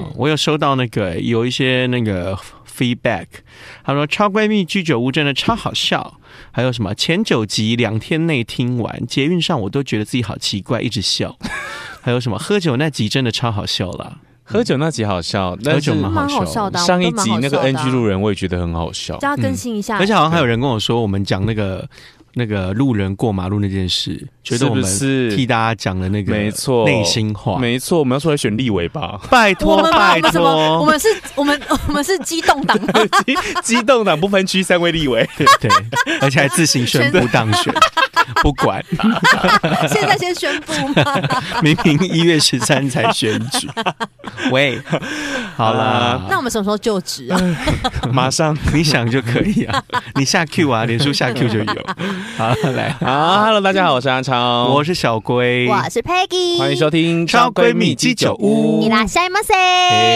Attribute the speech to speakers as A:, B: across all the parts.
A: 嗯
B: 啊我有收到那个有一些那个 feedback，他说《超闺蜜居酒屋》真的超好笑，还有什么前九集两天内听完，捷运上我都觉得自己好奇怪，一直 笑。还有什么喝酒那集真的超好笑啦，
C: 喝酒那集好笑，但是
B: 酒吗
A: 蛮好笑的啊，
C: 上一
A: 我们
C: 集
A: 都蛮
C: 那
A: 好笑
C: 个
A: 的啊
C: NG 路人我也觉得很好笑，
A: 就要更新一下，
B: 而且好像还有人跟我说，我们讲那个那个路人过马路那件事，觉得我们
C: 是不
B: 替
C: 是？
B: 大家讲了那个
C: 没错
B: 内心话，
C: 没错，我们要出来选立委吧？
B: 拜
A: 我
B: 托
A: 们吗？我
B: 拜
A: 们什
C: 哦
A: 么？我
B: 托，
A: 们是，我们 我们是激动 党吗，
C: 激激动党不分区三位立委，
B: 对对，而且还自行宣布当 选，不管。
A: 现在先宣布吗？
B: 明明一月十三才选举， 喂，好啦，
A: 那我们什么时候就职啊？
C: 马上
B: 你想就可以 啊，你下 Q 啊，脸书下 Q 就有。好啦，来，
C: 啊！Hello，大家好，我是阿超，
B: 我是小龟，
A: 我是 Peggy，
C: 欢迎收听《
B: 超闺蜜鸡酒屋
A: 你啦，下一马塞。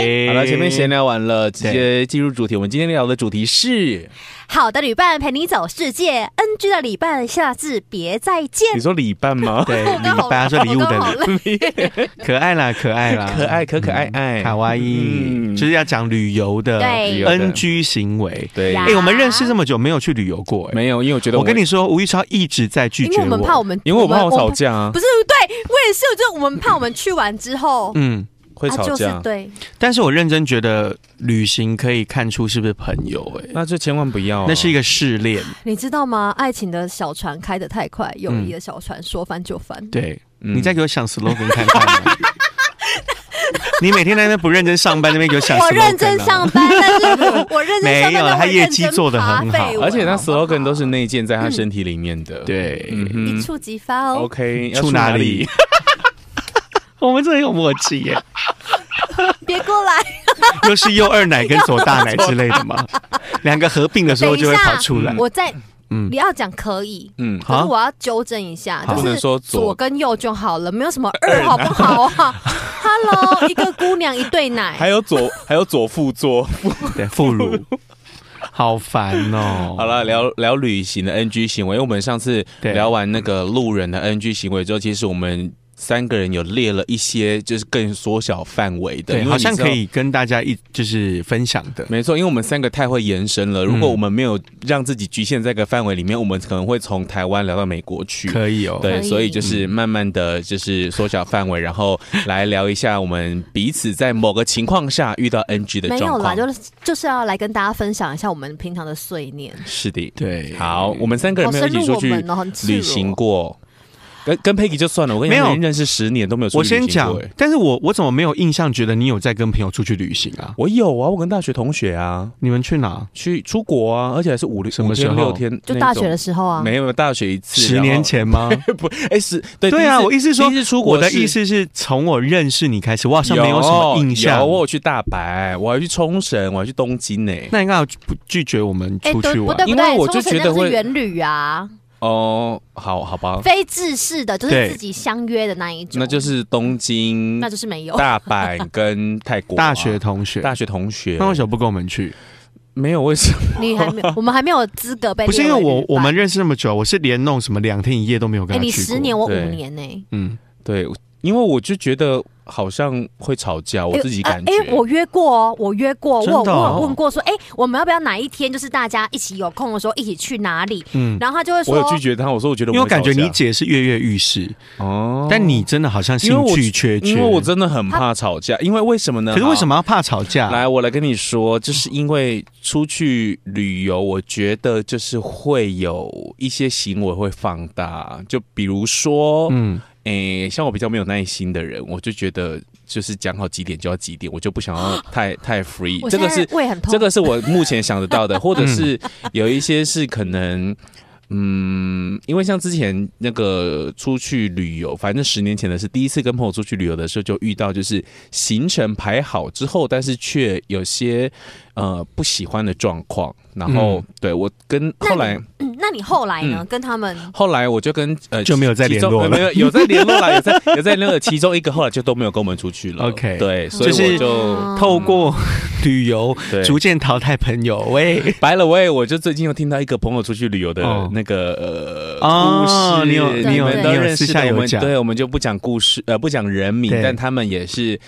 B: 嘿
C: 好了，前面闲聊完了，直接进入主题。我们今天聊的主题是，
A: 好的旅伴陪你走世界，NG 的旅伴下次别再见
C: 你。说礼办吗？
B: 对
A: 我
B: 礼
A: 刚好，
B: 拜，他说礼物
A: 我刚好
B: 的
A: 累
B: 礼，可爱啦，可爱啦，
C: 可爱可可爱哎爱，
B: 卡哇伊，
C: 嗯
B: 就是要讲旅游的
A: 对啊
C: 旅游的
B: NG 行为。
C: 对，
A: 呀
B: 哎，我们认识这么久，没有去旅游过，哎，
C: 没有，因为我觉得
B: 我跟你，说，吴一超一直在拒
A: 因
B: 绝
A: 为我们怕我们，
C: 因为我怕我
A: 们
C: 吵，架啊，
A: 不是对我也是，就是我们怕我们去完之后。
B: 嗯，
C: 会
A: 啊
C: 吵
A: 就是
C: 架，
A: 对，
B: 但是我认真觉得旅行可以看出是不是朋友、欸，
C: 那就千万不要啊，
B: 那是一个试炼，
A: 你知道吗？爱情的小船开得太快，友谊的小船说翻就翻。
B: 对、
C: 嗯
B: 你再给我想 slogan 看看 啊、你每天在那边不认真上班，那边给我想 slogan 啊、
A: 我认真上班，但是我认真上班，
B: 没有
A: 但
B: 他
A: 我
B: 业
A: 认
B: 绩
A: 真
B: 做得很
A: 爬
B: 好
A: 废文
C: 而且那
A: 啊好不好
C: slogan 都是内建在他身体里面的，，
B: 对、
A: 一
C: 嗯哼
A: 触即发哦。
C: ，OK，要
B: 住哪 里？我们这很有默契耶、
A: 别过来，
B: 又是右二奶跟左大奶之类的 嘛，两个合并的时候就会跑出来
C: 嗯。
A: 我在，
B: 嗯
A: 你要讲可以，
C: 嗯，
A: 可是
B: 好，
A: 我要纠正一下，
B: 好
A: 就
C: 不
A: 是
C: 能说左
A: 左跟右就好了，没有什么二好不好啊 ？Hello，一个姑娘一对奶，
C: 还有左，还有左副座。
B: 哦对，副乳，好烦哦、
C: 好了，聊聊旅行的 NG 行为，因为我们上次
B: 对
C: 聊完那个路人的 NG 行为之后，其实我们三个人有列了一些，就是更缩小范围的，
B: 对，
C: 因为
B: 好像
C: 你知道
B: 可。以跟大家一就是分享的。
C: 没错，因为我们三个太会延伸了。如果我们没有让自己局限在一个范围里面，我们可能会从台湾聊到美国去。
B: 可以哦，
C: 嗯对，
A: 可以
C: 所以就是慢慢的就是缩小范围，然后来聊一下我们彼此在某个情况下遇到 NG 的
A: 没有
C: 状
A: 啦，
C: 况。
A: 就是就是要来跟大家分享一下我们平常的碎念。
C: 是的，
B: 对，
C: 好，我们三个人
A: 好
C: 没有
A: 深
C: 一起
A: 入
C: 出
A: 我
C: 去
A: 们哦，很赤
C: 旅
A: 裸
C: 行过，跟跟 Peggy 就算了，我跟你
B: 没有
C: 讲，我们认识十年都没有出
B: 我
C: 去旅
B: 先
C: 行过。
B: 讲
C: 哎，
B: 但是我我怎么没有印象觉得你有在跟朋友出去旅行啊？
C: 我有啊，我跟大学同学啊，
B: 你们去哪？
C: 去出国啊，而且还是五六
B: 什么
C: 五
B: 时
C: 天
B: 候
C: 六天，
A: 就大学的、时候啊，
C: 没有大学一次，
B: 十年，前 吗？
C: 不，哎是，对
B: 对啊，
C: 第一次
B: 我意思是说
C: 第一次出国
B: 我的
C: 是
B: 意思是从我认识你开始，我好像没有什么印象
C: 有。我有去大阪，我还去冲绳，我还去东京呢、
B: 那你干嘛不拒绝我们
A: 哎，
B: 出
A: 对
B: 去
A: 不
B: 玩
A: 对？？不
C: 因
A: 对
C: 为我
A: 冲
C: 就
A: 绳
C: 觉
A: 那
C: 得
A: 是
C: 会
A: 远旅啊，
C: 哦，好好吧，
A: 非制式的，就
B: 对
A: 是自己相约的那一种。
C: 那就是东京
A: 那、就是没 有。
C: 大阪跟泰国啊、
B: 大学同学，
C: 大学同学
B: 那，为什么不跟我们去？
C: 没有为什么？
A: 你还没有，我们还没有资格被
B: 不是因为
A: 列
B: 我
A: 旅伴
B: 我们认识那么久，我是连弄什么两天一夜都没有
A: 哎、
B: 跟他
A: 你
B: 去过。
A: 十年，我五
C: 对
A: 年呢、
B: 嗯，
C: 对，因为我就觉得好像会吵架，我自己感觉。
B: 啊
A: 哎、我约过哦，我约过，我有
B: 真的哦
A: 我有问过说，哎、我们要不要哪一天就是大家一起有空的时候一起去哪里？
B: 嗯
A: 然后他就会
C: 我
A: 说，
C: 有拒绝他，我说我觉得
B: 因
C: 我
B: 为
C: 们
B: 我感觉
C: 会吵架
B: 你姐是跃跃欲试，
C: 哦，
B: 但你真的好像兴
C: 因为我
B: 趣缺缺。
C: 因为我真的很怕吵架，因为为什么呢？
B: 可是为什
C: 么？
B: 么要怕吵架？
C: 来，我来跟你说，就是因为出去旅游，我觉得就是会有一些行为会放大，就比如说，
B: 嗯，
C: 诶、像我比较没有耐心的人，我就觉得就是讲好几点就要几点，我就不想要太太 free
A: 哦我。
C: 这
A: 现
C: 个
A: 在
C: 是
A: 胃很痛，
C: 这个是我目前想得 到的，或者是有一些是可能，嗯，因为像之前那个出去旅游，反正十年前的是第一次跟朋友出去旅游的时候，就遇到就是行程排好之后，但是却有些呃不喜欢的状况。然后、对我跟
A: 嗯那你
C: 后来
A: 嗯那你后来呢？跟他们
C: 后来我就跟呃
B: 就没有再联络了
C: 其中没有有在联络了，有在有在联络，其中一个后来就都没有跟我们出去了。
B: OK
C: 对，所以
B: 就是
C: 我就。
A: 哦
B: 透过旅游
C: 嗯对
B: 逐渐淘汰朋友，喂，
C: 白了喂，我就最近又听到一个朋友出去旅游的
B: 哦
C: 那个、
B: 哦
C: 呃故事，
B: 你有
A: 你有
C: 们
A: 你
C: 都
B: 有
C: 认识
B: 私
C: 的
B: 下有
C: 我们
B: 讲
C: 对，我们就不讲故事，呃，不讲人名
B: 对，
C: 但他们也是。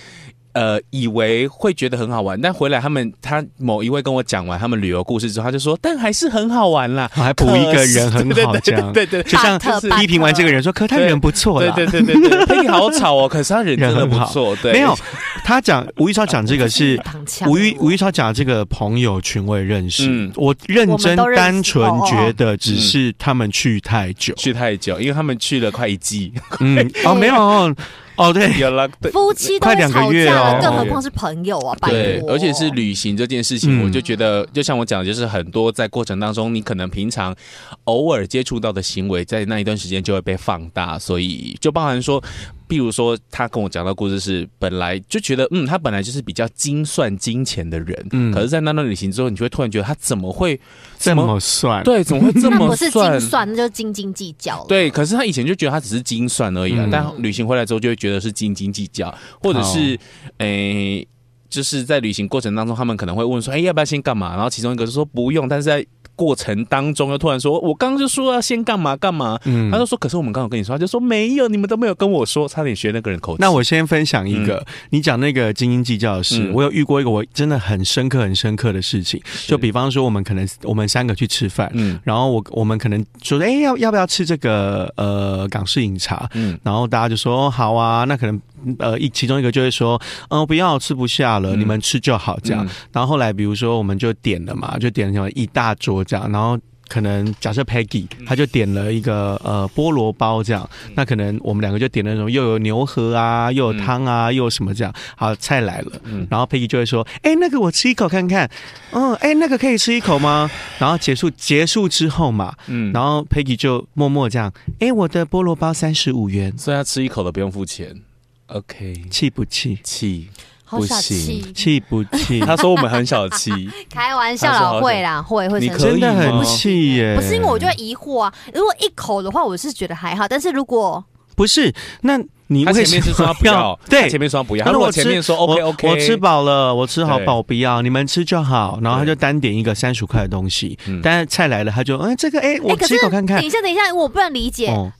C: 呃以为会觉得很好玩，但回来他们他某一位跟我讲完他们旅游故事之后，他就说，但还是很好玩啦，
B: 还补一个人很好
C: 可是
B: 这样
C: 对对对对
B: 就像
A: 巴特
B: 批评完这个人说，可他人不错啦，
C: 对对对对对，佩奇好吵哦，可是他人真
B: 人
C: 的
B: 很
C: 不
B: 好
C: 错，对，
B: 没有，他讲吴玉超讲这个 是
A: 躺枪。
B: 吴玉吴玉超讲这个朋友群我也认识，
C: 嗯
B: 我认真
A: 我们都认识
B: 单纯
A: 哦哦
B: 觉得只是他们去太久，
C: 去太久，因为他们去了快一季，
B: 嗯，哦没有哦哦对，
C: 有了对。
A: 夫妻都
B: 快
A: 会
B: 两个
A: 吵
B: 月
A: 架了，
B: 哦
A: 更何况是朋友啊！拜
C: 对，
A: 托，
C: 而且是旅行这件事情，
B: 嗯
C: 我就觉得，就像我讲的，就是很多在过程当中，你可能平常偶尔接触到的行为，在那一段时间就会被放大，所以就包含说，比如说他跟我讲到故事是，本来就觉得，嗯，他本来就是比较精算金钱的人，
B: 嗯
C: 可是，在那段旅行之后，你就会突然觉得他怎么 会
B: 这么算，
C: 对，怎么会这
A: 那
C: 么
A: 不是精算，那就是斤斤计较了。
C: 对，可是他以前就觉得他只是精算而已啊，
B: 嗯
C: 但旅行回来之后就会觉得是斤斤计较，或者是
B: 哦
C: 诶、就是在旅行过程当中，他们可能会问说，哎、要不要先干嘛？然后其中一个就说不用，但是在过程当中又突然说，我刚刚就说要先干嘛干嘛，
B: 嗯
C: 他就说，可是我们刚好跟你说，他就说没有，你们都没有跟我说，差点学那个人口气。
B: 那我先分享一个，你讲那个斤斤计较的事，
C: 嗯
B: 我有遇过一个我真的很深刻、很深刻的事情。就比方说，我们可能我们三个去吃饭，
C: 嗯
B: 然后我我们可能说，哎、要要不要吃这个呃港式饮茶？
C: 嗯
B: 然后大家就说、哦好啊，那可能呃一其中一个就会说，嗯、不要吃不下了，
C: 嗯
B: 你们吃就好这样。
C: 嗯
B: 然后后来比如说我们就点了嘛，就点了什么一大桌这样，然后。可能假设 Peggy，他
C: 嗯
B: 就点了一个呃菠萝包这样，那可能我们两个就点了那种又有牛河啊，又有汤啊，又有什么这样。好，菜来了，
C: 嗯
B: 然后 Peggy 就会说：“哎、那个我吃一口看看。”嗯，哎、那个可以吃一口吗？ 然后结束结束之后嘛，
C: 嗯，
B: 然后 Peggy 就默默这样：“哎、我的菠萝包三十五元，
C: 所以他吃一口都不用付钱，OK，
B: 气不气？
C: 气。
A: 好小气
C: 不，
B: 气不 气？
C: 他说我们很小 气，
A: 开玩笑
C: 他说好
A: 啦，
C: 小
A: 会啦，会会
C: 你
A: 生
C: 可
A: 气。
B: 真的
C: 以吗
B: 很气耶！
A: 不是因为我就会疑惑啊，如果一口的话，我是觉得还好，但是如果
B: 不是那你
C: 他
B: 为
C: 前
B: 什
C: 面是说他
B: 么
C: 不要，
B: 对
C: 他，前面说他不要。
B: 可
C: 他
B: 是
C: 如果
B: 我吃
C: 前面说 OK OK，
B: 我我吃饱了，我吃好
C: 对
B: 饱，我不要，你们吃就好。然后他
C: 对
B: 就单点一个三十块的东西
C: 嗯，
B: 但是菜来了，他就嗯，这个哎、
A: 哎，
B: 我
A: 可
B: 吃
A: 是
B: 一口看看
A: 等一。下，等一下，我不能理解。
B: 哦，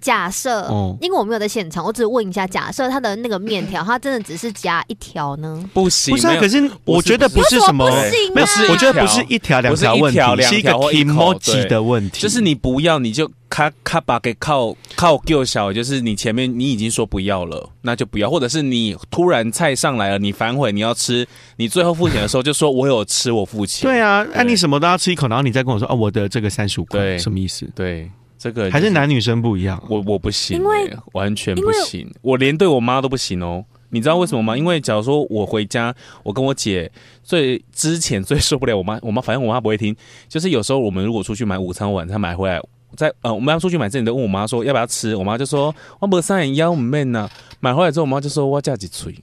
A: 假设
B: 哦，
A: 因为我没有在现场，我只问一下，假设他的那个面条，他真的只是夹一条呢？
C: 不行，
B: 不是啊，
C: 没有
B: 可是
C: 不
B: 我
C: 是
B: 觉得
C: 不
B: 不是什么
A: 我说不行啊
B: 没有
A: 不是一，条
B: 我觉得不是一条两条问
C: 不是一
B: 题，
C: 条两条
B: 是一个
C: 或一口
B: emoji 的问题，
C: 就是你不要，你就咔咔把给靠靠够小，就是你前面你已经说不要了，那就不要，或者是你突然菜上来了，你反悔你要吃，你最后付钱的时候就说我有吃，我付钱。
B: 对啊，那、
C: 对
B: 你什么都要吃一口，然后你再跟我说哦，我的这个三十五块，
C: 对
B: 什么意思？
C: 对，这个
B: 还
C: 就是
B: 男女生不一样？
C: 我我不行、欸，
A: 因为嗯
C: 完全不行，我连对我妈都不行哦。你知道为什么吗？因为假如说我回家，我跟我姐最之前最受不了我妈，我妈反正我妈不会听，就是有时候我们如果出去买午餐晚餐买回来。在呃，我们要出去买之前，都问我妈说要不要吃，我妈就说我不三眼腰唔面呐。买回来之后，我妈就说我要加几锤，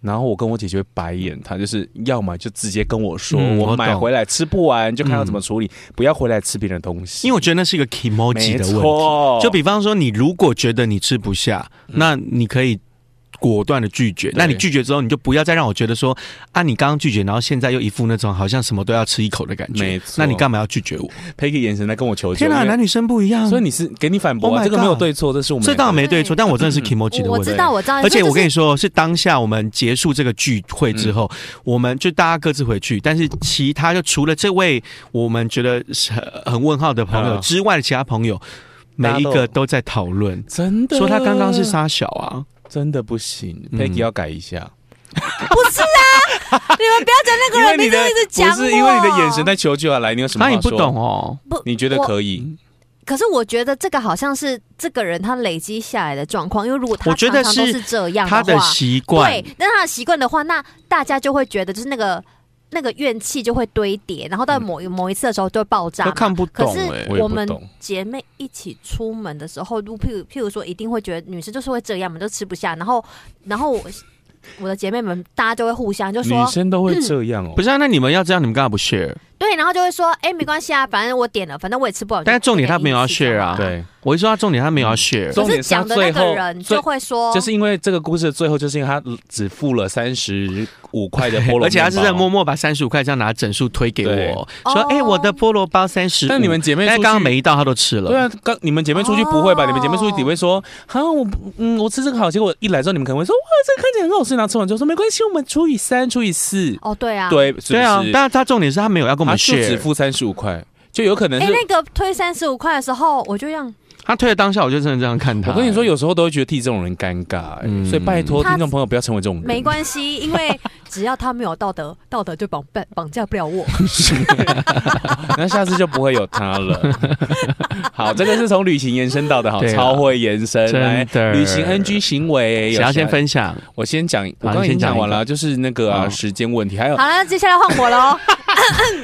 C: 然后我跟我姐就会白眼，她就是要么就直接跟我说、
B: 嗯我懂
C: 我
B: 嗯
C: 买回来吃不完，就看要怎么处理，不要回来吃别人的东西。
B: 因为我
C: 得
B: 觉得那是一个 emoji 的问题。
C: 问
B: 就比方说，你如果觉得你吃不下，那你可以果断的拒绝。那你拒绝之后，你就不要再让我觉得说啊，你刚刚拒绝，然后现在又一副那种好像什么都要吃一口的感
C: 没
B: 觉
C: 错。
B: 那你干嘛要拒绝我？
C: Peggy 眼神在跟我求救。
B: 天哪、
C: 因为
B: 男女生不一样。
C: 所以你是给你反驳、
B: Oh
C: 啊，
B: my
C: 这个没有
B: God
C: 对错，这是我们
B: 这当然没对错，
A: 对
B: 但我真的是 emoji 的
A: 我
B: 问
A: 我
B: 题
A: 知。道，啊我知道，
B: 而且我跟你
A: 说，
B: 说，是当下我们结束这个聚会之后，我们就大家各自回去。但是其他就除了这位我们觉得是很很问号的朋友
C: 嗯
B: 之外的其他朋友，
C: 大家
B: 每一
C: 都
B: 个都在啊讨论，
C: 真的
B: 说他刚刚是，傻小啊。
C: 真的不行、
B: 嗯
C: p e g g y 要改一下，
A: 不是啊，你们不要讲那个
C: 因为
A: 人，
C: 你
A: 就
C: 的
A: 一直讲
C: 不
A: 我
C: 是因为你的眼神在求救啊，来，你有什么
B: 那
C: 话
B: 你
C: 说？
B: 不懂，哦，
A: 不，
C: 你觉得
A: 我
C: 可以？
A: 可是我觉得这个好像是这个人他累积下来的状况，因为如果他
B: 我觉得
A: 常常都
B: 是
A: 是这样
B: 他的
A: 话
B: 习惯。
A: 对，那他的习惯的话，那大家就会觉得就是那个那个怨气就会堆叠，然后到某一、某一次的时候就会爆炸
B: 都
A: 嘛。
B: 看不
A: 啊
B: 嗯
A: 可
B: 懂
A: 是
B: 哎、
C: 我也不
A: 我们
C: 懂
A: 姐妹一起出门的时候，如譬如譬如说，一定会觉得女生就是会这样嘛，就吃不下，然后然后我我的姐妹们大家就会互相就
C: 女
A: 说，
C: 生都会这样哦、
B: 不是啊？那你们要这样，你们干嘛不 share？
A: 对，然后就会说，哎，没关系啊，反正我点了，反正我也吃不好。
B: 但是重点他没有要 share
A: 嗯
B: 啊，
C: 对，
B: 我一说他嗯重点他没有要 share，
C: 重
A: 就
C: 点
A: 是
C: 是他
A: 讲的那
C: 最
A: 个
C: 后
A: 人
C: 最
A: 就会说，
C: 就是因为这个故事的最后，就是因为他只付了三十五块的菠萝，
B: 而且他是在默。默把三十五块这样拿整数推给
C: 对
B: 我，说
A: 哦：“
B: 哎、我的菠萝包三十。”
C: 但你们姐妹出
B: 但
C: 去，
B: 刚刚每一道他都吃了，
C: 对啊，刚你们姐妹出去不会吧？
A: 哦
C: 你们姐妹出去只会说，啊，我嗯，我吃这个好，结果一来之后，你们可能会说，哇，这个看起来很好吃，然后吃完之后说没关系，我们除以三，除以四，
A: 哦，对啊，
C: 对，是不
B: 对啊
C: 是，
B: 但他重点是他没有要跟我
C: 他
B: 们
C: 就只
B: share，
C: 付三十五块，就有可能
A: 哎，
C: 是。
A: 那个推三十五块的时候，我就让
B: 他推的当下我就真的这样看他。
C: 我跟你说，有时候都会觉得替这种人尴尬、哎
B: 嗯
C: 所以拜托听众朋友不要成为这种人。
A: 没关系，因为只要他没有道德，道德就绑绑绑架不了我。
C: 那下次就不会有 他了。好，这个是从旅行延伸到的，好，
B: 对啊
C: 超会延伸。
B: 真
C: 来，
B: 的
C: 旅行 NG 行为，
B: 想要先
C: 有谁，
B: 分享，
C: 我先讲，我刚
B: 好
C: 刚
B: 你
C: 已
B: 先
C: 经
B: 讲
C: 讲完
B: 一
C: 了，就是那个啊
B: 哦
C: 时间问题，还有
A: 好了，接下来换我喽。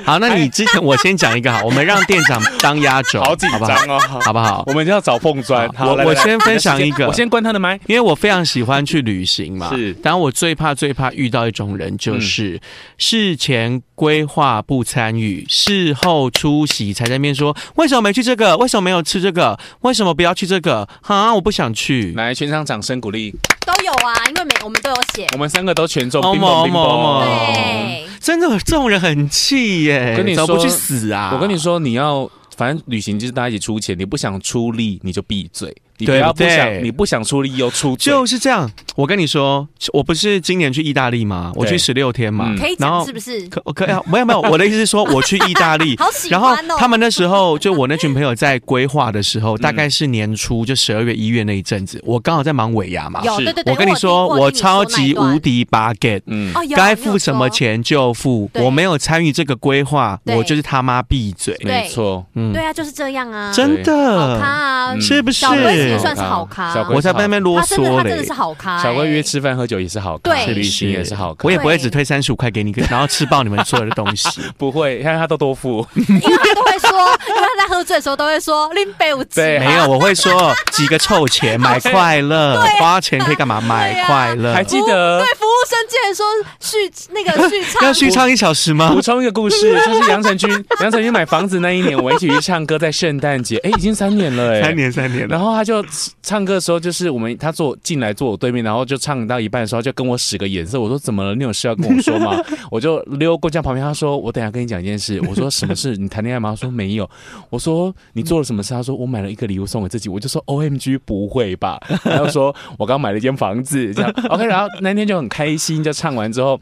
B: 好，那你之前我先讲一个好，我们让店长当压轴，
C: 好紧
B: 不
C: 张哦，好
B: 好不好？
C: 我们就要找缝钻。
B: 好
C: 好，
B: 我
C: 来
B: 我
C: 来来
B: 先分享一
C: 我
B: 个，
C: 先关他的麦。
B: 因为我非常喜欢去旅行嘛，
C: 是嗯
B: 然后我最怕最怕遇到一种人，就是、事前规划不参与，事后出席才在那边说为什么没去这个，为什么没有吃这个，为什么不要去这个？哈，我不想去。
C: 来，全场掌声鼓励，
A: 都有啊，因为每我们都有写。
C: 我们三个都全中，
B: 哦
C: 冰咚
B: 哦
C: 冰
B: 哦
C: 咚。
A: 对，
B: 真的，这种人很气耶！
C: 我跟你
B: 怎么不
C: 说
B: 去死啊！
C: 我跟你，说，你要反正旅行就是大家一起出钱，你不想出力你就闭嘴，你不
B: 对
C: 要
B: 不
C: 不
B: 对
C: 想你不想出力又出嘴。
B: 就是这样。我跟你说，我不是今年去意大利吗？我去
C: 对
B: 十六天嘛。
C: 嗯
A: 可以
B: 然
A: 讲
B: 后
A: 是不是？，
B: 可可以啊，没有没有，我的意思是说，我去意大利
A: 好喜
B: 然后
A: 欢哦。
B: 他们那时候就我那群朋友在规划的时候，
C: 嗯
B: 大概是年初就十二月一月那一阵子，我刚好在忙尾牙嘛。
A: 有
C: 是
A: 对对对，
B: 我跟你
A: 有
B: 说，
A: 听
B: 我超级无
A: 我
B: 敌 bug，
C: 嗯
A: 有听你说那一段哦，有
B: 该付什么？
A: 你有说
B: 钱就付，
A: 对
B: 我没有参与这个规划，
A: 对
B: 我就是他妈闭嘴。
A: 对
C: 没错，
B: 嗯
A: 对，啊，就是这样啊，
B: 真
A: 好咖
B: 的，
A: 啊
C: 嗯，
B: 是不是
A: 小？龟子也算是好咖，
C: 小龟
B: 我在那边啰
A: 他真的
B: 嗦
A: 他真的
B: 嘞
A: 是。好咖，
C: 小龟
A: 欸
C: 约吃饭喝酒也是好看，
A: 对
C: 去旅行也是好看，
B: 我也不会
A: 对
B: 只推三十五块给你，然后吃爆你们所有的东 西。
C: 不会，看他都多付，
A: 因为他都会说，因为他在喝醉的时候都会说拎杯五级
C: 对
A: 嘛，
B: 没有，我会说几个臭钱买快乐，花钱可以干嘛？
A: 啊对
B: 买
A: 啊
B: 快乐
C: 还。记得
A: 对。服务生竟然说续那个续唱，
B: 要续唱一小时吗
C: 补？充一个故事，就是杨丞君，杨丞君买房子那一年，我们一起去唱歌，在圣诞节，哎，已经三年了，哎，
B: 三。年三年了
C: 然。后他就唱歌的时候，就是我们他坐进来坐我对面，然后就唱到一半的时候，就跟我使个眼色。我说怎么了？你有事要跟我说吗？ 我就溜过去旁边，他说我等一下跟你讲一件事。我说什么事？你谈恋爱吗？他说没有。我说你做了什么事？他说我买了一个礼物送给自己。我就说 O M G，不会吧？ 他就说我刚买了一间房子，这样 OK。然后那天就很开心，就唱完之后。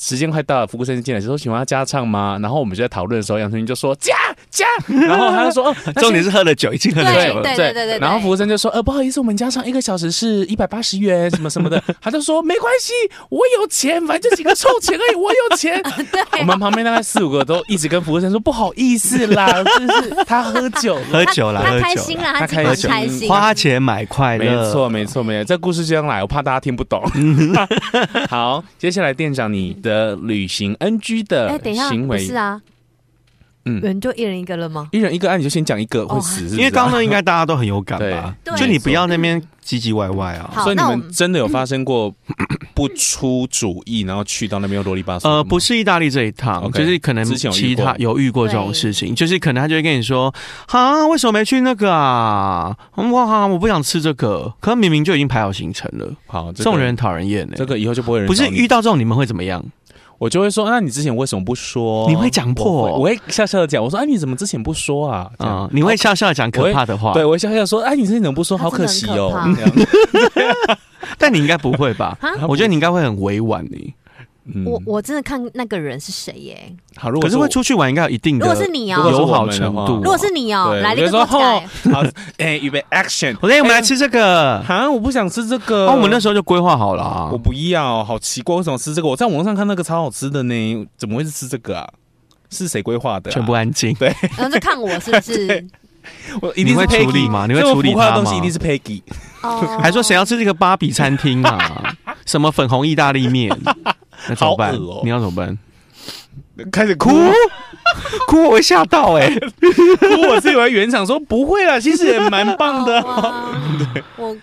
C: 时间快到了，服务生进来说：“请问要加唱吗？”然后我们就在讨论的时候，杨丞琳就说：“加加。”然后他就说：“哦，那
B: 重点是喝了酒，已经喝了酒
A: 对
B: 了。
A: 对对
C: 然后服务生就说：“呃，不好意思，我们加上一个小时是一百八十元，什么什么的。”他就说：“没关系，我有钱，反正就几个臭钱而已，我有钱。”
A: 啊
C: 我们旁边大概四五个都一直跟服务生说：“不好意思 啦，就是他喝酒了。
B: 喝酒啦，
A: 他
B: 喝
A: 开
B: 酒
A: 心
B: 啦，
A: 了，
C: 他
A: 他今
C: 开
A: 晚
C: 心
A: 开心，
B: 花钱买快”
C: 没
B: 乐。
C: 错，没错，没错。这故事就这样来，我怕大家听不 懂。好，接下来店长你的旅行 NG
A: 哎，
C: 的
A: 等一下，
C: 行
A: 不
C: 为，
A: 是啊，
C: 嗯
A: 人就一人一个了吗？
C: 一人一个案，你就先讲一个
A: 哦
C: 会死，是不是啊
B: 因为刚刚应该大家都很有感吧？
A: 对
B: 就你不要那边唧唧歪歪啊。
A: 好
C: 所以你
A: 那我
C: 们
A: 们
C: 真的有发生过不出主意，然后去到那边又啰里吧嗦？
B: 呃，不，是意大利这一趟，
C: 啊
B: 就
C: OK，
B: 是可能
C: 之前有遇
B: 其他
C: 过
B: 有遇过这种事情，就是可能他就会跟你说，啊，为什么没去那个啊？哇，我不想吃这个，可明明就已经排好行程了，
C: 好，这
B: 这
C: 个
B: 种人很讨人厌呢。
C: 这个以后就不会有人
B: 不是
C: 找你
B: 遇到这种你们会怎么样？
C: 我就会说，那你之前为什么不说？
B: 你会讲破
C: 我会我会笑笑的讲，我说，哎、你怎么之前不说啊？这样
B: 啊，你会笑笑讲可怕的话，
C: 对，我会笑笑说，哎、你之前怎么不说？好可惜哦。
A: 他真
C: 这样
B: 但你应该不会吧？
A: 啊，
B: 我觉得你应该会很委婉你，
C: 嗯
A: 我我真的看那个人是谁耶？
C: 好，如果
B: 可是
C: 我
B: 会，出去玩应该有一定的
A: 如果是你
C: 如果
A: 哦，
B: 友
C: 我
B: 好
C: 们的
B: 程
C: 话
B: 度。啊
A: 如果是你哦
C: 对，
A: 来
C: 我
A: 了一
C: 就说
A: 个锅起来
C: 吼，好， 哎、预备 action。
B: 我那我们来吃这个。
C: 啊，我不想吃这个。
B: 哦，我们那时候就规划好了啊
C: 我。不要，好奇怪，为什么吃这个？我在网上看那个超好吃的呢，怎么会是吃这个啊？是谁规划的、啊？
B: 全部安静。
A: 然后就看我是不是？
C: 我一定是
B: 你会
C: Peggy
B: 处理吗你会
C: 这么
B: 处理
C: 浮夸的
B: 它
C: 东西
B: 吗
C: 一定是 Peggy。
A: 哦
B: 还说谁要啊吃这个芭比餐厅 啊？什么粉红意大利面？那怎么办？
C: 好恶哦
B: 你要怎么办？
C: 开始
B: 哭哭，我会吓到 哎、
C: 哭，我自以为原厂说不会啦，其实也蛮棒的。
A: 我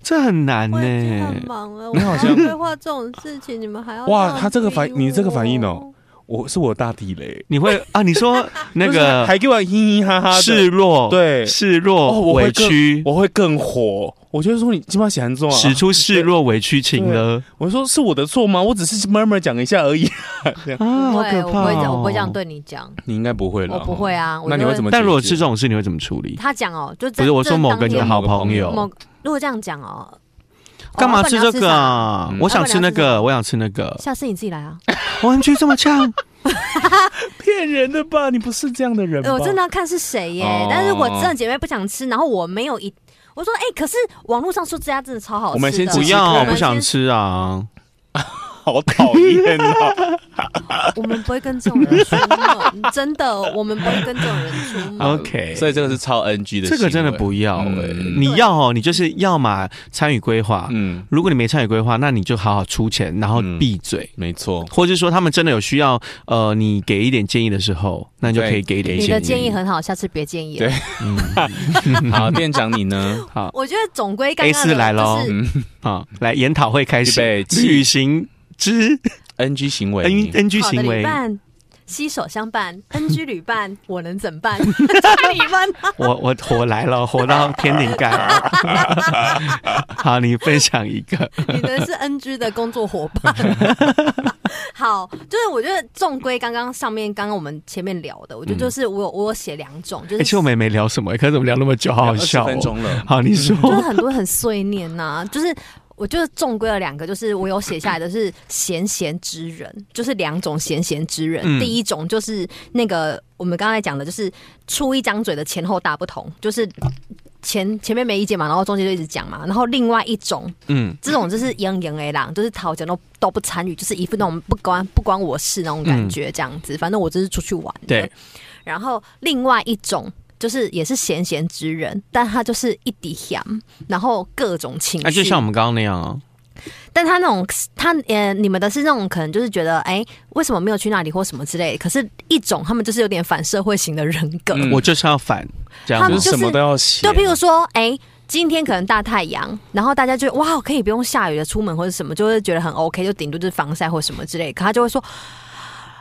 B: 这很难呢、
A: 我已经很忙了，我
C: 你好
A: 还要
C: 像
A: 规划这种事情，你们还要
C: 哇
A: 这样
C: 他这个反
A: 逼
C: 你这个反应
A: 我
C: 哦， 我是我大地雷，
B: 你会啊？你说那
C: 就是
B: 个
C: 还给我嘻嘻哈哈的
B: 示弱，
C: 对
B: 示
C: 哦
B: 弱
C: 我会
B: 委屈，
C: 我会更火。我就说你今晚写安做啊？
B: 使出示弱委屈情了
C: 我说是我的错吗？我只是 murmur 讲一下而已。
B: 啊，好
A: 不会，
B: 可
A: 我
B: 怕
A: 不会这样，
B: 哦
A: 我不会这样对你讲，
C: 你应该不会了，哦
A: 我不会啊。我
C: 那你
A: 就
C: 会怎么解决？
B: 但如果是这种事，你会怎么处理？
A: 他讲哦，就
B: 不
A: 真
B: 是我说
A: 真的
B: 某个
A: 当
B: 你
A: 天
B: 的好朋友，
A: 某哦如果这样讲哦，
B: 干嘛
A: 哦
B: 吃
A: 老板
B: 这
A: 你要
B: 个
A: 啥
B: 啊
C: 嗯？
B: 我想吃那
A: 老板你要吃
B: 个，我想吃那 个。
A: 下次你自己来啊！
B: 玩具这么 呛，
C: 骗人的吧？你不是这样的人吧？
A: 呃我真的要看是谁耶
C: 哦。
A: 但是我真的姐妹不想吃，然后我没有一，我说哎，可是网络上说这家真的超好吃的，
C: 我们先
B: 不
C: 试试
B: 要，
C: 看
B: 我不想吃啊！
C: 好讨厌啊！
A: 我们不会跟这种人出门， 真的，我们不会跟这种人出门。
B: OK
C: 所以这个是超 NG 的，
B: 这个真的，不要哎、
C: 嗯
B: 你要哦，你就是要嘛参与规划。
C: 嗯，
B: 如果你没参与规划，那你就好好出钱，然后
C: 嗯
B: 闭嘴。
C: 没错，
B: 或者说他们真的有需要，呃，你给一点建议的时候，那你就可以给一点
A: 你
B: 建议。
A: 的建议很好，下次别建议了。
C: 对 好，店长你呢？
A: 我觉得总归刚
B: A
A: 刚
B: 四来喽
A: 的就是
B: 啊，来研讨会开
C: 预
B: 始，
C: 备
B: 旅
C: 起
B: 行之
C: NG 行
B: N
C: 为，
B: NG
A: 好的
B: 行
A: 旅
B: 为，
A: 伴，携手 相伴，NG 旅伴，我能怎办？ 爱你们，
B: 我我火来 了，火到天灵盖 了。好，你分享一 个，
A: 你们是 NG 的工作伙伴。好，就是我觉得重归刚刚上面，刚刚我们前面聊的，我
B: 嗯
A: 觉得就是我有我有写两种，就
B: 而且
A: 是
B: 欸我们也没聊什么，可是我们聊那么久，好好笑、
C: 20分
B: 哦。
C: 钟了，
B: 好，你 说，
A: 就是很多很碎念呐、就是。我就是重归了两个，就是我有写下来的是闲闲之人，就是两种闲闲之人。
B: 嗯
A: 第一种就是那个我们刚才讲的，就是出一张嘴的前后大不同，就是前前面没意见嘛，然后中间就一直讲嘛，然后另外一种
B: 嗯，
A: 这种就是赢赢 A 啦，就是讨讲都都不参与，就是一副那种不关不关我事那种感觉，这样子。反正我就是出去玩
B: 嗯
A: 的。
B: 对。
A: 然后另外一种就是也是闲闲之人，但他就是一滴香，然后各种情绪。
B: 那、就像我们刚刚那样啊，
A: 但他那种他呃，你们的是那种可能就是觉得哎、为什么没有去那里或什么之类的。可是一种他们就是有点反社会型的人格，
C: 嗯
B: 我就是要反这样
A: 他
B: 子，
A: 们
C: 就是什么都要写，
A: 就譬如说，哎、今天可能大太阳，然后大家就哇，可以不用下雨的出门或者什么，就会觉得很 OK，就顶多就是防晒或什么之类。可他就会说。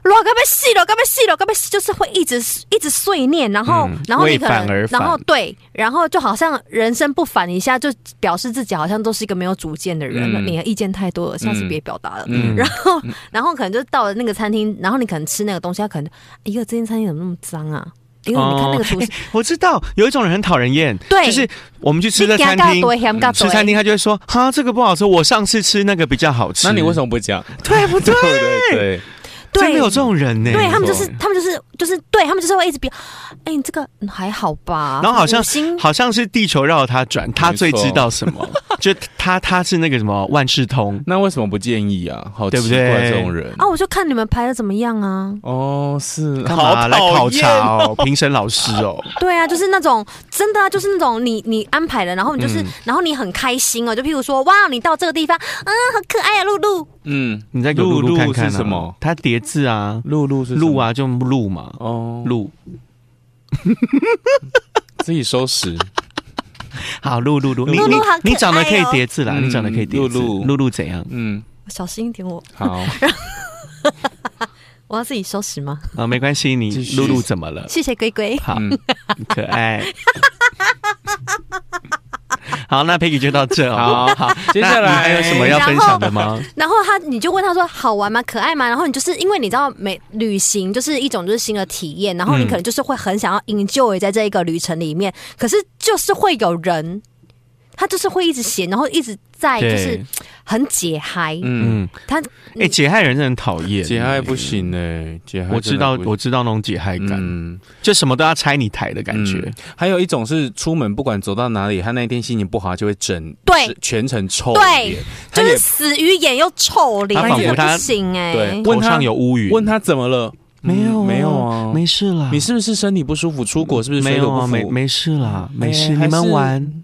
A: 罗该被细了，该被细了，该被细，就是会一直一直碎念，然后、
B: 嗯
A: 然后你
B: 为
A: 可
B: 反
A: 能
B: 而，反
A: 然后对，然后就好像人生不反一下，就表示自己好像都是一个没有主见的人了。
C: 嗯
A: 你的意见太多了，下次
C: 嗯
A: 别表达了。
C: 嗯
A: 然后，然后可能就到了那个餐厅，然后你可能吃那个东西，他可能一个这间餐厅怎么那么脏啊？因为你看那个厨师，
B: 哦我知道有一种人很讨人厌，
A: 对
B: 就是我们去吃
A: 你
B: 的餐
A: 怕
B: 厅嗯
A: 到，多嫌到
B: 吃
A: 多哎
B: 餐厅他就会说，哈，这个不好吃，我上次吃那个比较好吃。
C: 那你为什
B: 么
C: 么不讲？
B: 对不对？
C: 对对对，
B: 真
A: 对
B: 的有这种人呢、
A: 对他们就
C: 错
A: 是，他们就是，就是对他们就是会一直比，哎，你这个嗯还好吧？
B: 然后好像
A: 五星
B: 好像是地球绕他转，他最知道什么， 就他他是那个什么万事 通，
C: 那为什么不建议啊？好奇
B: 对不对
C: 怪这种人
A: 啊，我就看你们排的怎么样啊？
C: 哦，是
B: 干嘛来
C: 讨
B: 考
C: 厌
B: 察哦？评审老师 哦，
A: 对啊，就是那种真的啊，就是那种你你安排的，然后
B: 嗯
A: 你就是，然后你很开心哦，就譬如说，哇，你到这个地方，嗯，好可爱啊，露露，
C: 嗯，
B: 你再给我
C: 露
B: 露
C: 露
B: 看看、啊、
C: 是什么？
B: 他叠字啊，
C: 露露是
B: 露，啊，就露嘛，
C: 哦，
B: 露
C: 自己收拾。
B: 好露露露，你
A: 露
B: 你
A: 露好可爱哦
B: 你长得可以叠字啦，
C: 嗯
B: 你长得可以叠字，
C: 露露
B: 露露怎样？
C: 嗯，
A: 小心一点我，
C: 好，
A: 我要自己收拾吗？
B: 啊，没关系，你
C: 继续
B: 露露怎么了？
A: 谢谢龟龟，
B: 好，
C: 嗯
B: 可爱。 好，那 Peggy 就到这哦。 好，
C: 接下来
B: 那你还有什么要分享的吗？
A: 然后他你就问他说好玩吗？可爱吗？然后你就是因为你知道每旅行就是一种就是新的体验，然后你
B: 嗯
A: 可能就是会很想要 enjoy 在这一个旅程里面，可是就是会有人，他就是会一直写，然后一直在哎就是
B: 对，
A: 很解嗨，
C: 嗯，
B: 嗯，
A: 他
B: 哎、解害人真的很讨厌，
C: 解嗨不。行哎，解嗨
B: 我知道，
C: 真的不
B: 我知道那种解嗨感，
C: 嗯
B: 就什么都要拆你台的感觉。
C: 嗯还有一种是出门不管走到哪里，他那一天心情不好他就会整
A: 对
C: 全程臭
A: 对
C: 脸，他
A: 就
C: 也
A: 是死鱼眼又臭脸，
B: 他
A: 真
B: 仿
A: 的
B: 佛他
A: 不行哎、
C: 对问
B: 头
C: 他
B: 上有乌云，
C: 问他怎么了？
B: 没有啊
C: 嗯没有啊，
B: 没事啦，
C: 你是不是身体不舒服？出国是不是水
B: 没
C: 土
B: 有
C: 不
B: 啊，
C: 服哎
B: 没没事啦，没事，
C: 还
B: 你们
C: 是
B: 玩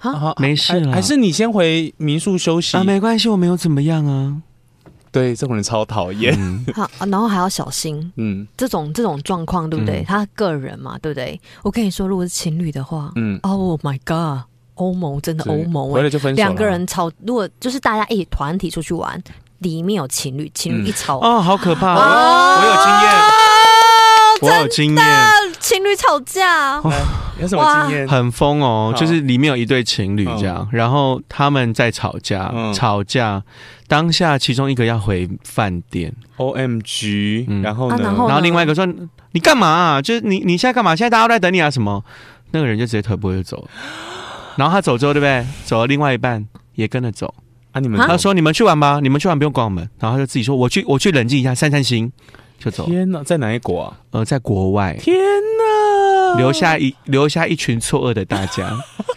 C: 啊
B: 哦没事啦
C: 还还是你先回民宿休息
B: 啊，？没关系，我没有怎么样啊。
C: 对，这种人超讨厌。
B: 嗯，
A: 好，然后还要小心
C: 嗯
A: 这种这种状况，对不对？
B: 嗯
A: 他个人嘛，对不对？我跟你说，如果是情侣的话
C: 嗯，
A: ，Oh my God，欧盟真的欧盟哎
B: 欸
C: 回、来就分手了，
A: 两个人吵，如果就是大家一起团体出去玩，里面有情侣，情侣一吵，
B: 哦，好可怕！
A: 哦
B: 我有经验，
A: 真
B: 我有经验，
A: 的情侣吵架，
C: 有什么经验？
B: 很疯哦，
C: 好
B: 就是里面有一对情侣这样，然后他们在吵架，
C: 嗯
B: 吵架当下其中一个要回饭店，
C: O M G，
B: 嗯
C: 然后呢？
A: 啊然后
B: 然后另外一个说你干嘛啊、就是你你现在干嘛？现在大家都在等你啊什么？那个人就直接腿部就走 了，然后他走之后对不对？走了另外一半也跟着走，
C: 啊，你们
A: 啊
B: 他说你们去玩吧，你们去玩不用管我们，然后他就自己说我去我去冷静一下散散心就走了。
C: 天哪，在哪一国啊？
B: 呃，在国外
C: 天
A: 哦
C: 哪，
B: 留下一留下一群错愕的大家，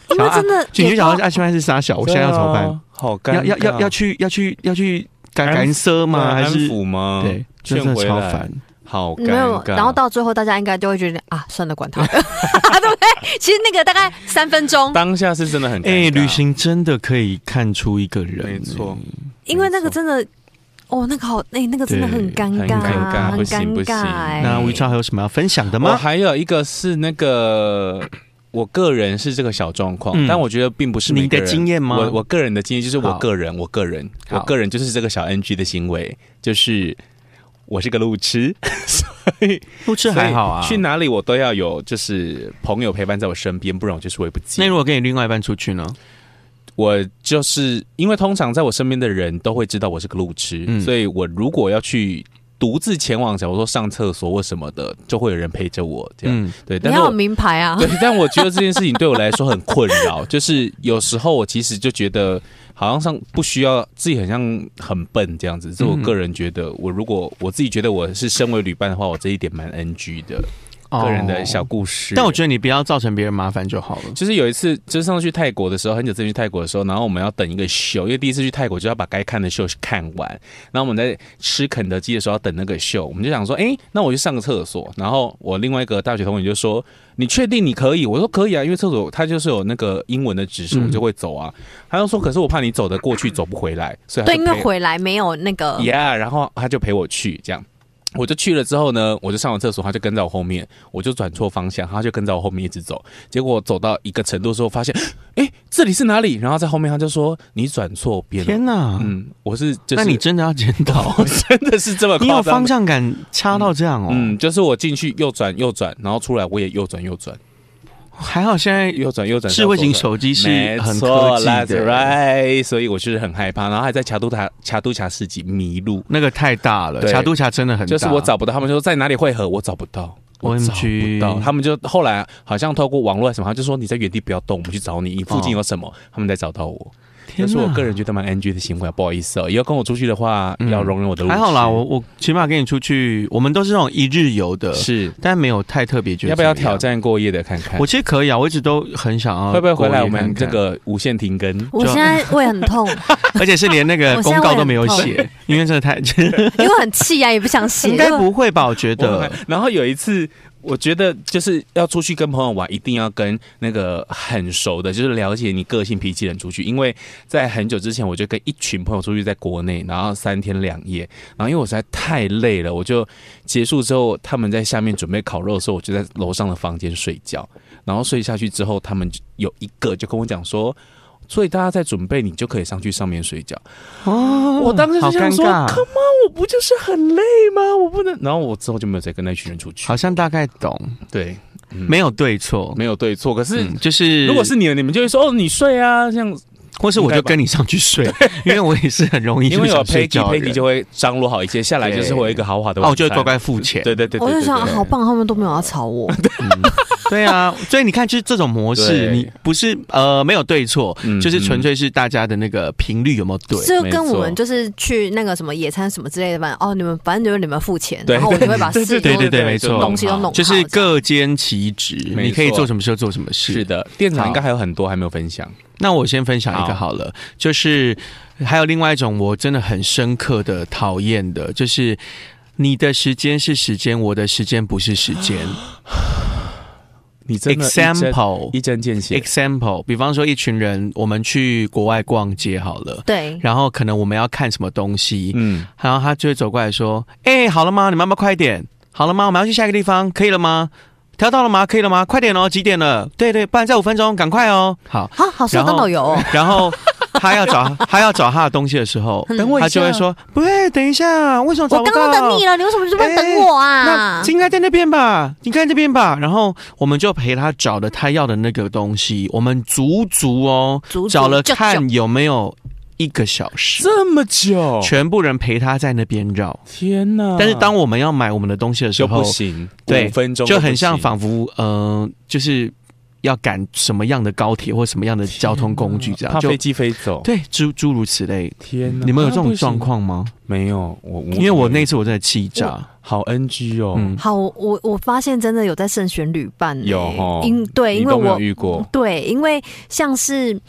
A: 因为真的
B: 就你就
A: 也
B: 想
A: 到
B: 说啊，现在是傻小，我现在要怎么
C: 对
B: 办？
C: 啊？好尴
B: 要
C: 尬，
B: 要要要去要去要去赶
C: 安抚
B: 赶奢吗？还
C: 安
B: 是
C: 抚吗？
B: 对，真的
C: 劝回
B: 超
C: 来
B: 烦。
C: 好尴
A: 没有，
C: 尬。
A: 然后到最后大家应该就会觉得啊，算了，管他，对不对？其实那个大概三分钟，
C: 当下是真的很尴尬
B: 哎，旅，行真的可以看出一个人，
C: 没错，
A: 因为那个真的，哦，那个好，哎，那个真的很尴尬，
B: 对很尴
C: 尬
A: 很
C: 不行不行
A: 尴尬。哎
B: 欸那吴超还有什么要分享的
C: 我
B: 吗？
C: 还有一个是那个，我个人是这个小状况，
B: 嗯
C: 但我觉得并不是每
B: 你
C: 个
B: 的
C: 人
B: 经验吗？
C: 我我个人的经验就是我
B: 好
C: 个人，我个人，
B: 好
C: 我个人就是这个小 NG 的行为，就是我是个 路痴，
B: 不吃还好啊
C: 所以。去哪里我都要有就是朋友陪伴在我身边，不然我就是回不
B: 那
C: 进
B: 如。果跟你另外一半出去呢？
C: 我就是因为通常在我身边的人都会知道我是个路痴，
B: 嗯
C: 所以我如果要去独自前往，假如说上厕所或什么的，就会有人陪着我这样。
B: 嗯，
C: 对，
A: 你
C: 但是
A: 要有
C: 我
A: 名牌啊，
C: 对，但我觉得这件事情对我来说很困扰，就是有时候我其实就觉得好像上不需要自己很像很笨这样子，是我
B: 嗯
C: 个人觉得，我如果我自己觉得我是身为旅伴的话，我这一点蛮 NG 的，个人的小
B: 哦。
C: 故事。
B: 但我觉得你不要造成别人麻烦就好了。
C: 就是有一次，就是上次去泰国的时候，很久之前去泰国的时候，然后我们要等一个秀，因为第一次去泰国就要把该看的秀看完。然后我们在吃肯德基的时候要等那个秀，我们就想说，哎、那我去上个厕所。然后我另外一个大学同学就说：“你确定你可以？”我说：“可以啊，因为厕所它就是有那个英文的指示，
B: 嗯
C: 我就会走啊。他就说：“可是我怕你走得过去，走不回来。”所以他
A: 对，
C: 就
A: 因为
C: 陪
A: 回来没有那个
C: Yeah，然后他就陪我去，这样我就去了之后呢，我就上完厕所，他就跟在我后面，我就转错方向，他就跟在我后面一直走。结果走到一个程度之后，发现哎，诶这里是哪里？然后在后面他就说你转错边了。
B: 天哪，
C: 嗯，我是就是，
B: 那你真的要检 讨，
C: 我真的是这么
B: 你有
C: 夸张
B: 方
C: 的？
B: 向感差到这样哦。
C: 嗯，就是我进去右转右转，然后出来我也右转右转
B: 还好现在
C: 右转右转，
B: 智慧型
C: 手。
B: 手机是很
C: 没
B: 科
C: 错
B: 技
C: ，That's
B: 的，
C: right，所以我就是很害怕，然后还在卡都塔卡都卡市集迷路，
B: 那个太大了，
C: 对
B: 卡度卡真的很大。
C: 就是我找不到，他们就说在哪里汇合，我找不到。我找
B: OMG
C: 不到，他们就后来好像透过网络还是什么，他就说你在原地不要动，我们去找你，你附近有什么，他们才找到我。
B: 天
C: 这
B: 哪，
C: 是我个人觉得蛮 NG 的行为，不好意思哦。以后跟我出去的话，
B: 嗯
C: 要容忍我的路痴。
B: 还好啦，我我起码跟你出去，我们都是那种一日游的，
C: 是
B: 但没有太特别觉得。
C: 要不要挑？战过夜的看看？
B: 我其实可以啊，我一直都很想要。
C: 会不会回来我们这
B: 这？
C: 个无限停更？
A: 我现在胃很痛，
B: 而且是连那个
A: 我
B: 公
A: 现在
B: 告都没有
A: 会很
B: 写，因为真的太……
A: 因为很气啊，也不想
B: 应
A: 写。
B: 该不会吧？我觉
C: 的
B: 得。。
C: 然后有一次，我觉得就是要出去跟朋友玩，一定要跟那个很熟的，就是了解你个性脾气的人出去。因为在很久之前，我就跟一群朋友出去，在国内，然后三天两夜。然后因为我实在太累了，我就结束之后，他们在下面准备烤肉的时候，我就在楼上的房间睡觉。然后睡下去之后，他们就有一个就跟我讲说。所以大家在准备，你就可以上去上面睡觉。
B: 哦
C: 我当时
B: 好
C: 就
B: 尴
C: 想说
B: 尬，
C: ，Come on，我不就是很累吗？我不能。啊然后我之后就没有再跟那群人出去。
B: 好像大概懂，
C: 对，
B: 没有对错。
C: 没有对错，可嗯是、
B: 嗯，就是
C: 如果是你们，你们就会说哦，你睡啊，这样，
B: 或是我
C: 应
B: 就
C: 该吧
B: 跟你上去 睡，因为我也是很容易
C: 因为
B: 就想
C: 有
B: 睡
C: Peggy
B: 觉的人
C: Peggy 就会张罗好一切，下来就是会有一个豪华的
B: 哦，
C: 晚
B: 我就
C: 餐。
B: 会乖乖付钱。
C: 对对对对对对，
A: 我就想，啊
C: 对
A: 好棒，他们都没有要吵我。
B: 对啊，所以你看，就是这种模式，
C: 对
B: 你不是呃没有对错，
C: 嗯
B: 就是纯粹是大家的那个频率有没有对。
A: 就跟
C: 没错
A: 我们就是去那个什么野餐什么之类的吧。哦，你们反正就是你们付钱，
C: 对
A: 然后我就会 把事情
B: 对对对没错
A: 东西都弄好。
B: 就是各兼其职，
C: 没错
B: 你可以做什么时候做什么事。
C: 是的，店长
B: 好
C: 应该还有很多还没有分享。
B: 那我先分享一个好了，就是还有另外一种我真的很深刻的讨厌的，就是你的时间是时间，我的时间不是时间。
C: 你 真的一针
B: Example
C: 一针见血，
B: example，比方说一群人我们去国外逛街好了，
A: 对，
B: 然后可能我们要看什么东西，
C: 嗯，
B: 然后他就会走过来说：“哎、好了吗？你们要不要快一点？好了吗？我们要去下一个地方，可以了吗？调到了吗？可以了吗？快点哦，几点了？对对，不然再五分钟，赶快哦。”好，
A: 啊好好 说
B: 然后
A: 当导游哦，
B: 然后他要 找他要找他的东西的时候，
A: 嗯
C: 等我一下，
B: 他就会说：“不对，等一下，为什么找
A: 我
B: 不
A: 刚
B: 到？哎
A: 刚等你啊了，你为什么就不等我啊
B: 那？应该在那边吧，应该在这边吧。”然后我们就陪他找了他要的那个东西，我们足足哦
A: 足足
B: 找了
A: 就
B: 看有没有一个小时，
C: 这么久，
B: 全部人陪他在那边绕。
C: 天哪！
B: 但是当我们要买我们的东西的时
C: 嗯就不
B: 候，
C: 行，
B: 对
C: 五分钟
B: 就
C: 都不
B: 很像
C: 行
B: 仿佛嗯、呃就是要赶什么样的高铁或什么样的交通工具这样，
C: 嗯怕
B: 就
C: 飞机飞走。
B: 对诸诸如此类。
C: 天哪！
B: 你们有
C: 啊
B: 这种状？
C: 不行
B: 况吗？
C: 没有，我
B: 因为我那次我真的气炸，
C: 好 NG 哦，
B: 嗯，
A: 好，我我我发现真的有在慎选旅伴欸、
C: 有吼
A: 因对，
C: 你
A: 因为
C: 都没
A: 我嗯
C: 有遇过，
A: 对，因为像是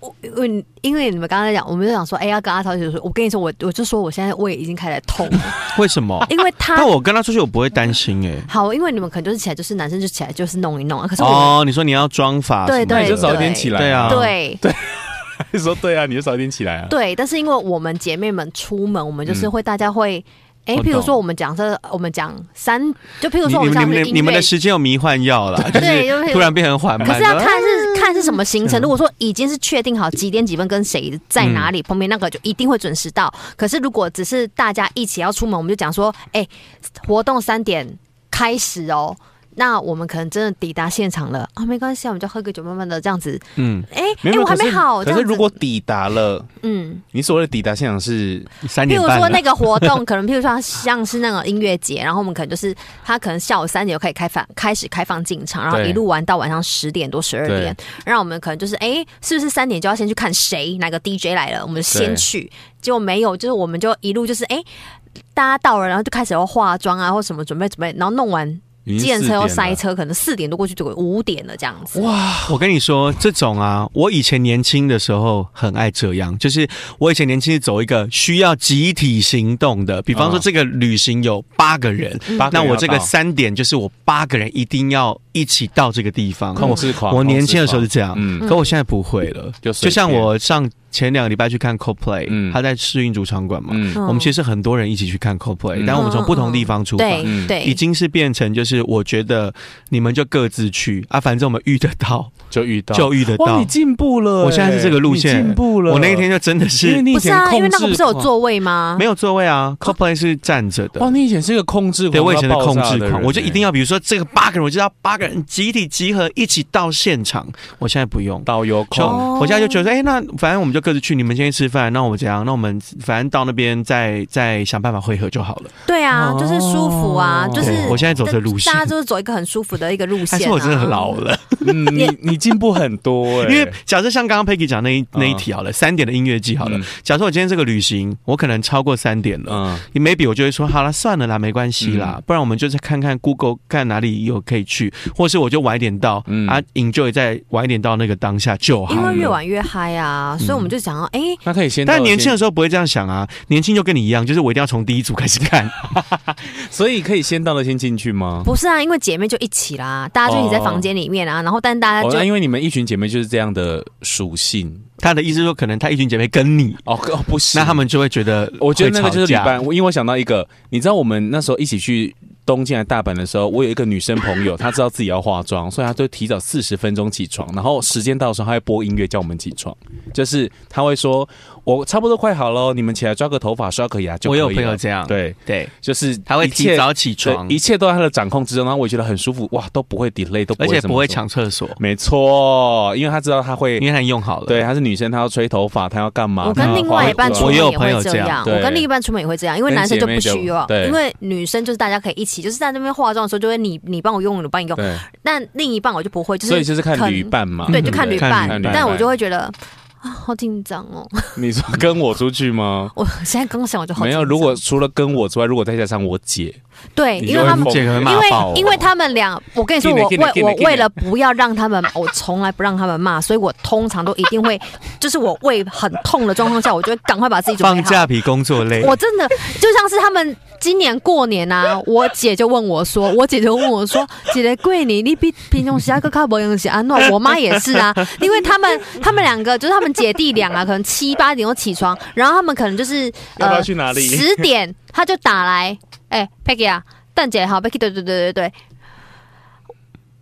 A: 我，我因为你们刚才讲，我们就想说，哎、要跟阿涛姐说，我跟你说，我我就说我现在胃已经开始痛了，
B: 为什么？
A: 啊因为他
B: 那我跟他出去，我不会担心哎。
A: 好，因为你们可能就是起来，就是男生就起来就是弄一弄啊，可是我们、
B: 哦，你说你要装法什么
A: 对
B: 的，
A: 对
C: 那你就早一点起来。
B: 对啊
A: 对。
C: 你说对啊，你就早一点起来啊。
A: 对，但是因为我们姐妹们出门，我们就是
C: 嗯
A: 会、大家会，哎、
C: 我
A: 譬如
C: 懂
A: 说我们讲这，我们讲三，就譬如
B: 你
A: 说我
B: 哦你们
A: 们讲
B: 你们你们的
A: 音乐
B: 时间有迷幻药啦，就
A: 对就是
B: 是突然变很缓慢。
A: 可是要
B: 然后
A: 看是看是什么
B: 嗯
A: 行程。如果说已经是确定好几点几分跟谁在哪里碰面，那个就一定会准时到。可是如果只是大家一起要出门，我们就讲说，哎、活动三点开始哦。那我们可能真的抵达现场了啊，没关系啊，我们就喝个酒，慢慢的这样子。
B: 嗯，
A: 哎、
C: 没
A: 哎、
C: 有，
A: 我还
C: 可
A: 没
C: 是
A: 好。这
C: 可
A: 样
C: 是
A: 子
C: 如果抵达了，
A: 嗯，
C: 你所谓的抵达现场是
B: 三
A: 譬
B: 点
A: 如
B: 半
A: 说
B: 了
A: 那，个活动，可能譬如说像是那个音乐节，然后我们可能就是他可能下午三点就可以开放开始开放进场，然后
C: 对
A: 一路玩到晚上十点多十二
C: 对
A: 点，然后我们可能就是哎、诶是不是三点就要先去看谁哪个 DJ 来了，我们先
C: 对
A: 去，结果没有，就是我们就一路就是哎、诶大家到了，然后就开始要化妆啊或什么准备准备，然后弄完。
C: 已经
A: 计程
C: 4
A: 车又
C: 点
A: 塞
C: 了，
A: 车，可能四点多过去就五点了这样子。
B: 我跟你说，这种啊，我以前年轻的时候很爱这样，就是我以前年轻是走一个需要集体行动的，比方说
C: 嗯
B: 这个旅行有八个人，
C: 八个
B: 那
C: 人
B: 我
C: 要
B: 这个
C: 到
B: 三点就是我八个人一定要一起到这个地方。
C: 控制狂，
B: 我
C: 控
B: 年
C: 制
B: 轻的时候
C: 狂
B: 是这样，
C: 嗯，
B: 可我现在不会了。就
C: 就随
B: 像
C: 便
B: 我上前两个礼拜去看 Coldplay，、
C: 嗯
B: 他在世运主场馆嘛，
C: 嗯
B: 我们其
A: 实
B: 实很多人一起去看 Coldplay，、
C: 嗯
B: 但我们从不同地方出发。
A: 哦对
C: 嗯
A: 对，
B: 已经是变成就是，我觉得你们就各自去啊，反正我们遇得到
C: 就遇到
B: 就遇得
C: 哇，
B: 到
C: 你。进步了欸，
B: 我现在是这个路线
C: 你进步了。
B: 我那一天就真的
C: 因为
B: 是
C: 你以
A: 不是
C: 前
A: 啊，因为那个
C: 控制
A: 不是有
C: 狂
A: 座位吗？
B: 没有座位啊，Coldplay 是站着
C: 哇，
B: 的。
C: 你以前是个控制狂，
B: 对，我以前是
C: 到
B: 控
C: 爆炸
B: 制
C: 的
B: 狂，
C: 人
B: 我就一定
C: 欸
B: 要，比如说这个八个人，我就要八个人集体集合一起到现场。我现在不用，
C: 导游
B: 就
C: 控，
A: 哦
B: 我现在就觉得，哎、那反正我们就各自去，你们先去吃饭，那我们怎样？那我们反正到那边再再想办法汇合就好了。
A: 对啊，就是舒服啊，就是
B: 对我现在走这路线
A: 大家就是走一个很舒服的一个路线、啊。
B: 但是我真的很老了，
C: 嗯你 你进步很多哎，
B: 因为假设像刚刚 Peggy 讲那一那一题好了，三点的音乐季好了，
C: 嗯
B: 假设我今天这个旅行，我可能超过三点了。
C: 嗯，
B: maybe 我就会说好了，算了啦，没关系啦，不然我们就再看看 Google 看哪里有可以去，或是我就晚一点到、
C: 嗯
B: 啊，enjoy 再晚一点到那个当下就好
A: 因
B: 了。
A: 为越玩越嗨啊，所以我们就想要，哎、
C: 那可以先到
B: 但
C: 先。
B: 年轻的时候不会这样想啊，年轻就跟你一样，就是我一定要从第一组开始看。
C: 所以可以先到的先进去吗？
A: 不是啊，因为姐妹就一起啦，大家就一起在房间里面啊，然后但大家
C: 哦，
A: 就、
C: 那因为你们一群姐妹就是这样的属性
B: 他的意思是说，可能他一群姐妹跟你，
C: 哦，可哦不行，
B: 那他们就会觉得会吵架，
C: 我觉得那个就是旅伴，我因为我想到一个，你知道我们那时候一起去东京还大阪的时候，我有一个女生朋友，她知道自己要化妆，所以她就提早四十分钟起床，然后时间到的时候，她会播音乐叫我们起床，就是她会说：“我差不多快好喽，你们起来抓个头发，刷个牙就
B: 我
C: 可以了。”
B: 有朋友这样，
C: 对，
B: 对，
C: 就是
B: 他会
C: 一切
B: 提早起床
C: 对，一切都在她的掌控之中，然后我觉得很舒服，哇，都不会 delay，都不
B: 而
C: 会
B: 且
C: 什么
B: 不会
C: 什么，
B: 抢厕所，
C: 没错，因为她知道她会
B: 因。为他用好了。
C: 对，，啊她是女生，她要吹头发，她要干嘛？
A: 我
C: 她
A: 跟
C: 要
A: 另
C: 化
A: 外
C: 个
A: 一半
C: 妆
A: 出门
B: 我
A: 也
B: 有朋
A: 会
B: 友
A: 这
B: 这样
A: 样，
C: 对
A: 我跟另一半出门也会这样，因为
C: 跟
A: 男生就
C: 姐妹
A: 不
C: 就
A: 需要，
C: 对
A: 因为女生就是大家可以一起，就是在那边化妆的时候就会你你帮我用，我帮你用，
C: 对，
A: 但另一半我就不会，就
C: 所以
A: 是
C: 就是看
A: 肯
C: 旅伴嘛，
A: 对，
C: 不
A: 就看旅
B: 看
A: 伴
B: 旅，伴
A: 但我就会觉得啊，好紧张哦，？
C: 你说跟我出去吗
A: 我现在刚想我就好
C: 没有，
A: 紧张
C: 如果除了跟我之外，如果再加上我姐，
A: 对，
C: 你
A: 因
C: 就
A: 为
C: 会
A: 他们
C: 疯
B: 这个会骂
A: 因为
B: 爆哦
A: 因为他们俩，我跟你说，
C: 进来
A: 我
C: 进来
A: 为
C: 进来
A: 我
C: 进来
A: 为了不要让他们， 我从来不让他们骂，所以我通常都一定会，就是我胃很痛的状况下，我就会赶快把自己准备
B: 放
A: 好。
B: 假比工作累。
A: 我真的就像是他们今年过年啊，我姐就问我说，我姐就问我说，姐姐贵你，你比平常时啊，个靠不用啊，那我妈 也是啊，因为他们他们两个就是他们姐弟俩啊，可能七八点就起床，然后他们可能就是呃
C: 要不要去哪里
A: 十点他就打来，哎、p e g g y 啊，蛋姐好，Peggy 对对对对对。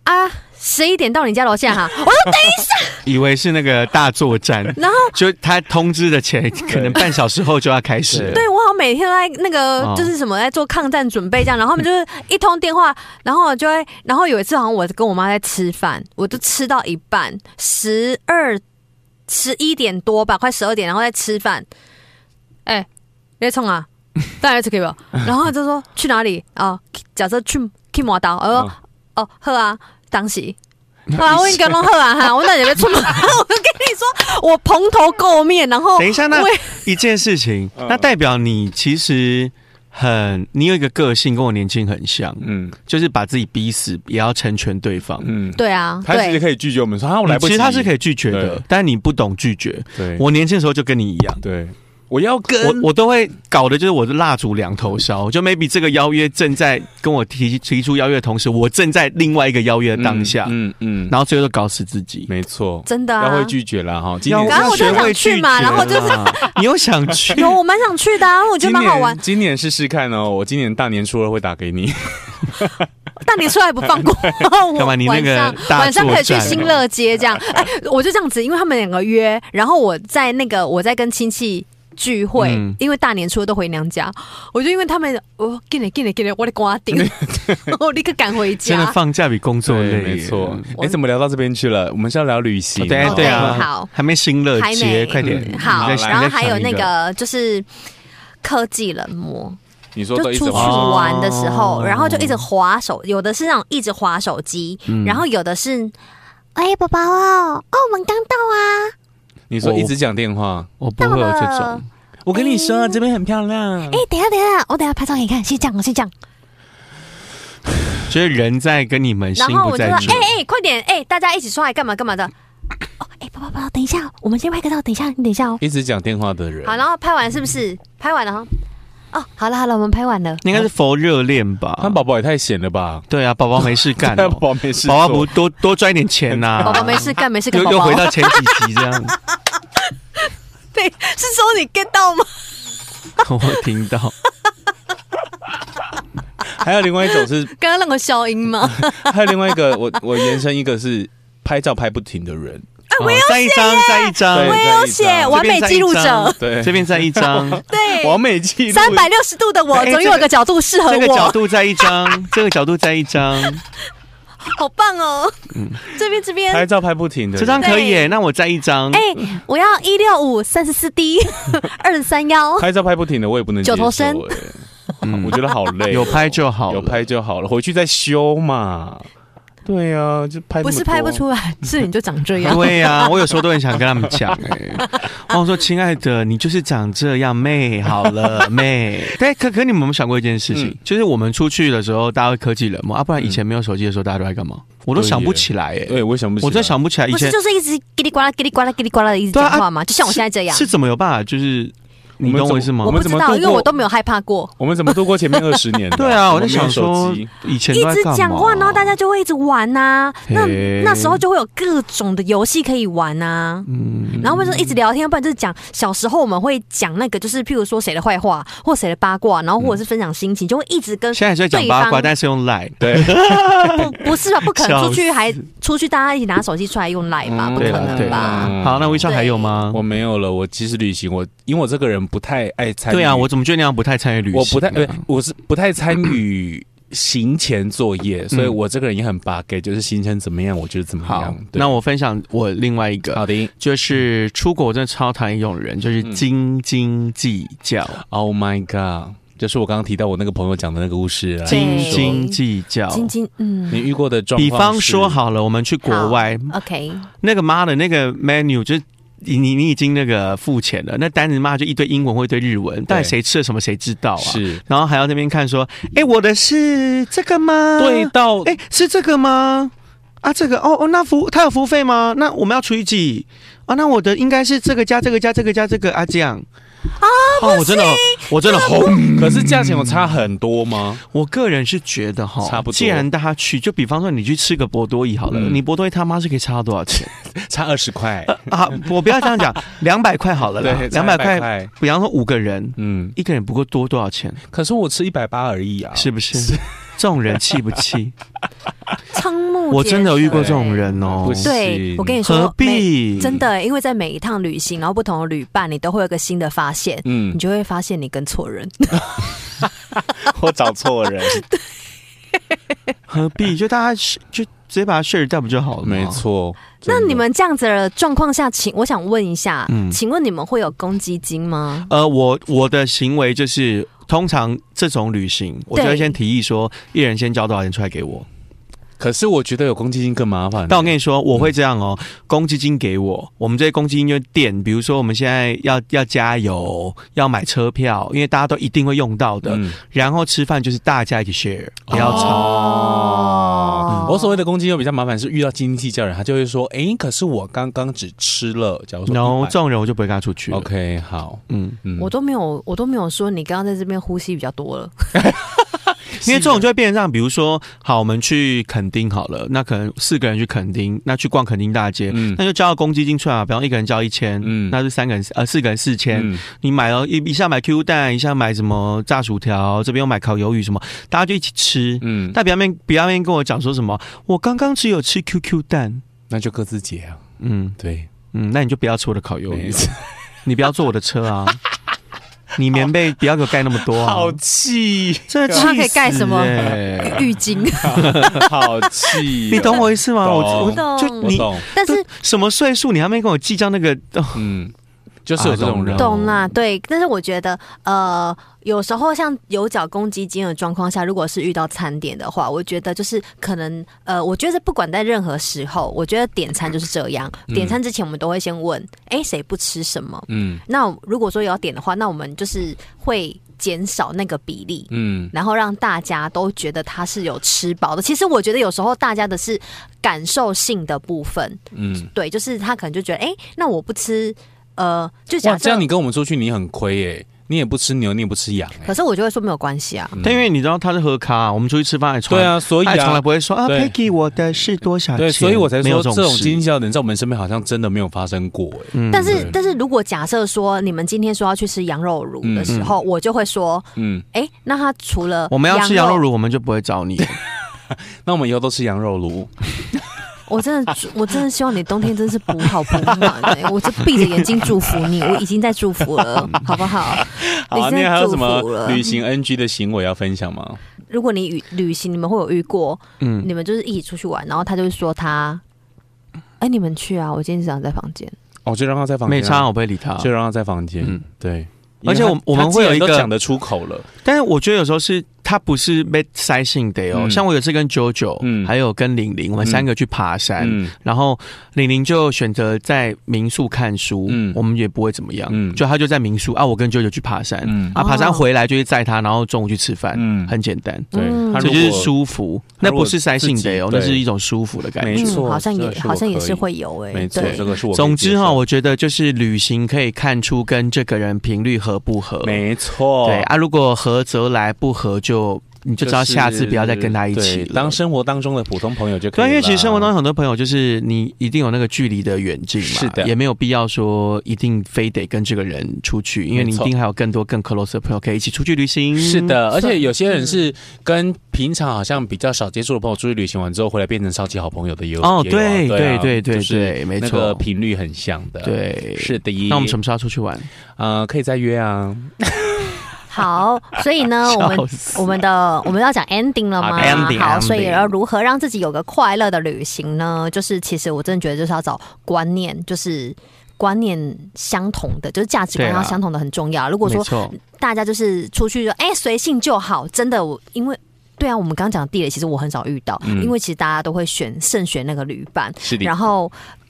A: 啊，十一点到你家楼 下哈，我说等一下，
B: 以为是那个大作战，
A: 然后
B: 就他通知的前可能半小时后就要开始了。
A: 对我好像每天都在那个
B: 哦
A: 就是什么在做抗战准备这样，然后他 们就是一通电话，然后我就会，然后有一次好像我跟我妈在吃饭，我就吃到一半，十二十一点多吧，快十二点，然后在吃饭，哎、你在冲 啊？当然是可以吧。然后就说去哪里啊？假设去去磨刀，我说、哦喝啊，当时。啊！我应 该弄喝啊哈！我那里边出门， 我跟你说，我蓬头垢面，然后
B: 等一下，那
A: 我也
B: 一件事情，
C: 嗯
B: 那代表你其实很，你有一个个性跟我年轻很像，
C: 嗯
B: 就是把自己逼死，也要成全对方。
C: 嗯，
A: 对啊，
C: 他其
A: 对
C: 实，可以拒绝我们说啊，我
B: 你
C: 来不及。
B: 其实他是可以拒绝的
C: 对，
B: 但你不懂拒绝。
C: 对，
B: 我年轻的时候就跟你一样。
C: 对，我要跟
B: 我我都会搞的就是我的蜡烛两头烧，就 maybe 这个邀约正在跟我提提出邀约的同时，我正在另外一个邀约的当下，
C: 嗯嗯，
B: 然后最后都搞死自己。
C: 没错，
A: 真的啊，
C: 要会拒绝啦哈。今
B: 要
C: 年
A: 刚刚我就
B: 要学
A: 想
B: 会
A: 去
B: 拒
A: 嘛
B: 绝
A: 然后就是
B: 啦你又想 去，
A: 有，我蛮想去的、啊，我觉
C: 今
A: 得蛮好玩
C: 年。今年试试看哦，我今年大年初二会打给你。
A: 但你出来不放 过我，
B: 干嘛你那个
A: 晚上
B: 大
A: 晚上
B: 作
A: 可以去
B: 战哦
A: 新乐 街这样。哎，我就这样子，因为他们两个约，然后我在那个我在跟亲戚。聚会，
B: 嗯
A: 因为大年初都回娘家，我就因为他们，哦我给你给你给你，我的瓜 顶， 我立刻赶回
B: 真的
A: 家。
B: 放假比工作累，
C: 没错。
A: 我
C: 哎，怎么聊到这边去了？我们是要聊旅行
B: 哦
C: 哦。
B: 对啊对啊，
A: OK，好
B: 还没新乐
A: 还
B: 节，
A: 没
B: 快点。
C: 嗯
B: 你
A: 好，
B: 再
A: 然后
B: 你再
A: 还有
B: 想一
A: 那个就是科技冷漠，
C: 你说
A: 就
C: 都一直
A: 出去
C: 往
B: 哦
A: 玩的时候，
B: 哦
A: 然后就一直划手，有的是那种一直划手机，
B: 嗯
A: 然后有的是，哎，宝宝哦，哦，我们刚到啊，
C: 你说
B: 我
C: 一直讲电话。
B: 我不会有这
A: 到了
B: 种，
C: 我跟你说，这边很漂亮。
A: 哎，等一下等一下，我等一下拍照给你看，先这样，先这样，
B: 就是人在跟你们心
A: 然后
B: 不
A: 我就
B: 在
A: 说，
B: 焉。
A: 哎哎，快点，哎，大家一起出来干嘛干嘛的，哦，哎，宝宝宝宝，等一下，我们先拍个照，等一下，你等一下哦，
C: 一直讲电话的人，
A: 好，然后拍完是不是？拍完了哈，哦，好了好了，我们拍完了，
B: 应该是佛热恋吧？
C: 那宝宝也太闲了吧？
B: 对啊，宝宝没事 干
C: 那
B: 哦，
C: 宝宝没事做，
B: 宝宝不多多赚一点钱呐。
A: 宝宝没事干没事干，
B: 又
A: 宝
B: 又
A: 宝
B: 回，到前几集这样，
A: 对，是说你 get 到吗？
B: 我听到。
C: 还有另外一种是，
A: 刚刚那个消音吗？
C: 还有另外一个，我我延伸一个是拍照拍不停的人，
B: 哦再一张，再一
C: 对
A: 我
B: 张，
A: 也有写
C: 再一张
A: 完美记录者，
C: 对，
B: 这边再一 张，
A: 对，
C: 完美记录，
A: 哎三百六十度的我，
B: 哎
A: 总有个角度适合
B: 这个角
A: 我，
B: 度再一张，这个角度再一张，
A: 好棒哦！这边这
C: 拍
A: 边，
C: 照拍不停的人，
B: 这张可以耶，
A: 对
B: 那我再一张。
A: 哎，我要一六五三十四 D 二十三幺，
C: 拍照拍不停的我也不能接受
A: 九头身
C: 哎我觉得好累哦，
B: 嗯有拍就好了
C: 有拍就好了，回去再修嘛。对啊，就拍那么
A: 不
C: 多
A: 是拍不，出来，是你就长这样。
B: 对呀、我有时候都很想跟他们讲哎、然后我说：“亲爱的，你就是长这样，妹，好 了，妹。”但可可，你们有没有想过一件事情？
C: 嗯
B: 就是我们出去的时候，大家会科技冷漠啊，不然以前没有手机的时候，大家都在干嘛？我都
C: 对耶
B: 想不起来哎、
C: 对，我也想不起来，
B: 我真想不起来以
A: 不是
B: 前
A: 就是一直叽里呱啦叽里呱啦叽里呱啦的一直
B: 对啊
A: 讲话吗？就像我现在这样
B: 啊是，怎么有办法，就是你懂我意思吗？
A: 我不
C: 们
A: 知
C: 怎么
A: 道，
C: 度
A: 因为我
C: 过
A: 都没有害怕过。
C: 我们怎么度过前面二十年 的？
B: 对啊，我在
C: 们没有
B: 想说
C: 手机，
B: 以前
A: 一
B: 都在
A: 直
B: 干
A: 讲
B: 嘛
A: 话，然后大家就会一直玩呐、那
B: 嘿
A: 那时候就会有各种的游戏可以玩呐、
B: 嗯，
A: 然后为什么一直聊天？啊要不然就是讲小时候我们会讲那个，就是譬如说谁的坏话或谁的八卦，然后或者是分享心情，就会一 直跟
B: 现在还是在讲
A: 对
B: 八卦，
A: 方
B: 但是用 Line，
C: 对，
A: 不不是吧？不可
B: 笑死
A: 能出去还出去，大家一起拿手机出来用赖吧？
C: 嗯
A: 不可
B: 对了对啊
A: 能吧？
C: 嗯
B: 好，那微笑还有吗？
C: 我没有了。我其实旅行，我因为我这个人不太爱参与，
B: 对啊，我怎么觉得那样不太参与旅行啊？
C: 我不太，对，我是不太参与行前作业，所以我这个人也很八给，就是行程怎么样，我觉得怎么
B: 嗯好
C: 样。，对
B: 那我分享我另外一个，
C: 好嗯的
B: 就是出国我真的超讨厌一种人，就是斤斤计较，
C: ，Oh my God，就是我刚刚提到我那个朋友讲的那个故事啊。
A: 对
B: 斤斤计较。
A: 晶晶，
C: 你
A: 嗯
C: 遇过的状
B: 比
C: 况，
B: 方说，，好了，我们去国外，
A: ，OK，
B: 那个妈的那个 menu 就是。你你你已经那个付钱了，那单子妈就一堆英文或一堆日文，到底谁吃了什么谁知道啊？
C: 是
B: 然后还要那边看说，哎、我的是这个吗？
C: 对到
B: 哎、是这个吗？啊，这个哦哦，那服他有服务费吗？那我们要除以几啊？那我的应该是这个加这个加这个加这个啊，这样啊，哦，我真的我真的嗯红。
C: 可是价钱有差很多吗？
B: 我个人是觉得哈，
C: 差不多
B: 既然大家去，就比方说你去吃个博多伊好了，
C: 嗯
B: 你博多伊他妈是可以差多少 钱
C: 差二十块，
B: 啊？我不要这样讲，两百块好了啦
C: 对，，
B: 两
C: 差
B: 百
C: 100
B: 块，，比方说五个人，
C: 嗯，
B: 一个人不过多多少钱？
C: 可是我吃一百八而已啊，
B: 是不是？这种人气不 气？
A: 瞠目，
B: 我真的有遇过这种。人哦
C: 不，行
A: 对，我跟你说，
B: 何
A: 每
B: 必
A: 真？的？因为在每一趟旅行，然后不同的旅伴，你都会有一个新的发现，
C: 嗯
A: 你，就会发现你跟错人。
D: 我找错人，
B: 何必？就大家是就直接把他 share 掉不就好了？
C: 没，错。
A: 那
C: 真的
A: 你们这样子的状况下，请我想问一下，
B: 嗯
A: 请问你们会有公积金吗？
B: 呃，我我的行为就是，通常这种旅行，我就会
A: 对
B: 先提议说，一人先交多少钱出来给
C: 嗯
B: 我。
C: 可是我觉得有公积金更麻烦。
B: 但我跟你
C: 嗯
B: 说，我会这样哦，公积金给我，我们这些公积金就垫，比如说我们现在要要加油，要买车票，因为大家都一定会用到的。
C: 嗯，
B: 然后吃饭就是大家一起 share，不要吵。
A: 哦
C: 哦我所谓的公积金比较麻烦是遇到经济教人，他就会说：“哎，可是我刚刚只吃了，假如说
B: 然后
C: 100
B: 这种人我就不会跟他出去了。
C: 哦 OK 好，
B: 嗯，
C: 嗯，
A: 我都没有，我都没有说你刚刚在这边呼吸比较 多了。
B: 因为这种就会变成让，比如说，好，我们去垦丁好了，那可能四个人去垦丁，那去逛垦丁大街，
C: 嗯
B: 那就交个公积金出来嘛，比方一个人交一千，
C: 嗯
B: 那就三个人呃四个人四千，
C: 嗯
B: 你买了一一下买 Q 蛋，一下买什么炸薯条，这边又买烤鱿鱼什么，大家就一起吃。
C: 嗯，
B: 但不要面不要面跟我讲说什么，我刚刚只有吃 QQ 蛋，
C: 那就各自结啊。
B: 嗯
C: 对，
B: 嗯，那你就不要吃我的烤鱿
C: 没
B: 鱼，
C: 错
B: 你不要坐我的车啊， 你棉被不要给我盖那么 多、啊，
C: 气，
B: 这
A: 它可以盖什么
B: 么
A: 浴巾，
C: 哎好气哦，
B: 你懂我意思吗？我
C: 懂
B: 我就
A: 懂
C: 我
B: 你
C: 懂，
A: 但是
B: 都什么岁数，你还没跟我计较那个？哦
C: 嗯，就是有这种人，
B: 啊
A: 懂啦，对，但是我觉得，呃，有时候像有缴公积金的状况下，如果是遇到餐点的话，我觉得就是可能，呃，我觉得不管在任何时候，我觉得点餐就是这样。点餐之前，我们都会先问，哎、谁不吃什么？
C: 嗯
A: 那如果说有要点的话，那我们就是会减少那个比例。
C: 嗯，
A: 然后让大家都觉得他是有吃饱的。其实我觉得有时候大家的是感受性的部分，
C: 嗯，
A: 对，就是他可能就觉得，哎、那我不吃，呃，就假
C: 哇，
A: 设
C: 这样你跟我们出去你很亏耶、你也不吃牛，你也不吃羊、
A: 可
C: 欸，
A: 是我就会说没有关系啊，
B: 但因为你知道他是喝咖啊，我们出去吃饭还从
C: 嗯对
B: 来
C: 啊，所以
B: 他也从来
C: 啊。
B: 不会说啊
C: 对
B: ，Peggy，我的是多少钱？
C: 对，所以我才
B: 没有
C: 说
B: 种
C: 这种经
B: 事
C: 济效能在我们身边好像真的没有发生过、欸，
B: 嗯
A: 但是
C: 对，
A: 但是如果假设说你们今天说要去吃羊肉炉的时候，我就会说，
C: 嗯，
A: 哎、那他除了
B: 嗯我们要吃羊肉，炉，我们就不会找你。
C: 那我们以后都吃羊肉炉，
A: 我真的， 我真的希望你冬天真是补好补满、欸，我这闭着眼睛祝福 你，我已经在祝福了，好不好？
C: 嗯好、啊，
A: 你
C: 那
A: 现在
C: 还有什
A: 祝福
C: 么
A: 了
C: 旅行 NG 的行为要分享吗？
A: 如果你旅旅行，你们会有遇过，
B: 嗯，
A: 你们就是一起出去玩，然后他就会说他，哎、你们去啊，我今天想在房间。
C: 哦，就让他在房间啊，
B: 没差，我不会理他。
C: 就让他在房间，
B: 嗯
C: 对。
B: 而且我
C: 因为他
B: 我们
C: 他
B: 会
C: 既然
B: 有一
C: 都
B: 个
C: 讲得出口了，
B: 但是我觉得有时候是他不是被塞性的哦，
C: 嗯
B: 像我有次跟九九，
C: 嗯
B: 还有跟玲玲，我们
C: 嗯
B: 三个去爬山，
C: 嗯
B: 然后玲玲就选择在民宿看书，
C: 嗯
B: 我们也不会怎么样，
C: 嗯
B: 就她就在民宿啊，我跟舅舅去爬山，
C: 嗯
B: 啊，爬山
A: 哦
B: 回来就是载他，然后中午去吃饭，
C: 嗯，
B: 很简单，
C: 对
A: 嗯，
C: 他
B: 这
C: 如
B: 就是
C: 果
B: 舒服，
C: 他
B: 那
C: 如果
B: 不是塞性的哦，
C: 自己
B: 那
C: 对
B: 是一种舒服的感
C: 没
B: 觉。
C: 错
A: 嗯好像
C: 这
A: 也
C: 是我
A: 好像也
C: 可以
A: 是会有哎、
C: 没错，
A: 对
C: 这个是我可以
B: 总之
C: 接
B: 哈、
C: 受
B: 我觉得就是旅行可以看出跟这个人频率合不合，
C: 没错，
B: 对啊，如果合则来，不合就你就知道下次不要再跟他一起
C: 对
B: 了。
C: 当生活当中的普通朋友就可以
B: 对
C: 了。
B: 啊，因为其实生活当中很多朋友就是你一定有那个距离的远近嘛，
C: 是的
B: 也没有必要说一定非得跟这个人出去，因为你一
C: 没错
B: 定还有更多更 close 的朋友可以一起出去旅行。
C: 是，的，而且有些人
B: 嗯
C: 是跟平常好像比较少接触的朋友出去旅行完之后回来变成超级好朋友的也有
B: 哦，
C: 也有啊
B: 对
C: 对
B: 对
C: 啊
B: 对对
C: 就是
B: 对，没
C: 那个
B: 错，
C: 频率很像的，，
B: 对。
C: 是的。
B: 那我们什么时候要出去玩？
C: 呃可以再约啊？
A: 好，所以 呢，我们
B: 笑死
A: 我们 的我们要讲 ending 了吗
B: 好 ending，
A: 好，
B: ending
A: 所以要如何让自己有个快乐的旅行呢？就是其实我真的觉得就是要找观念，就是观念相同的，就是价值观
B: 对啊
A: 要相同的很重要。如果
B: 啊没
A: 说
B: 错，
A: 大家就是出去就哎随、性就好，真的我因为。对啊，我们刚刚讲的地雷，其实我很少遇到，
C: 嗯
A: 因为其实大家都会选慎选那个旅伴，
C: 是的，
A: 然后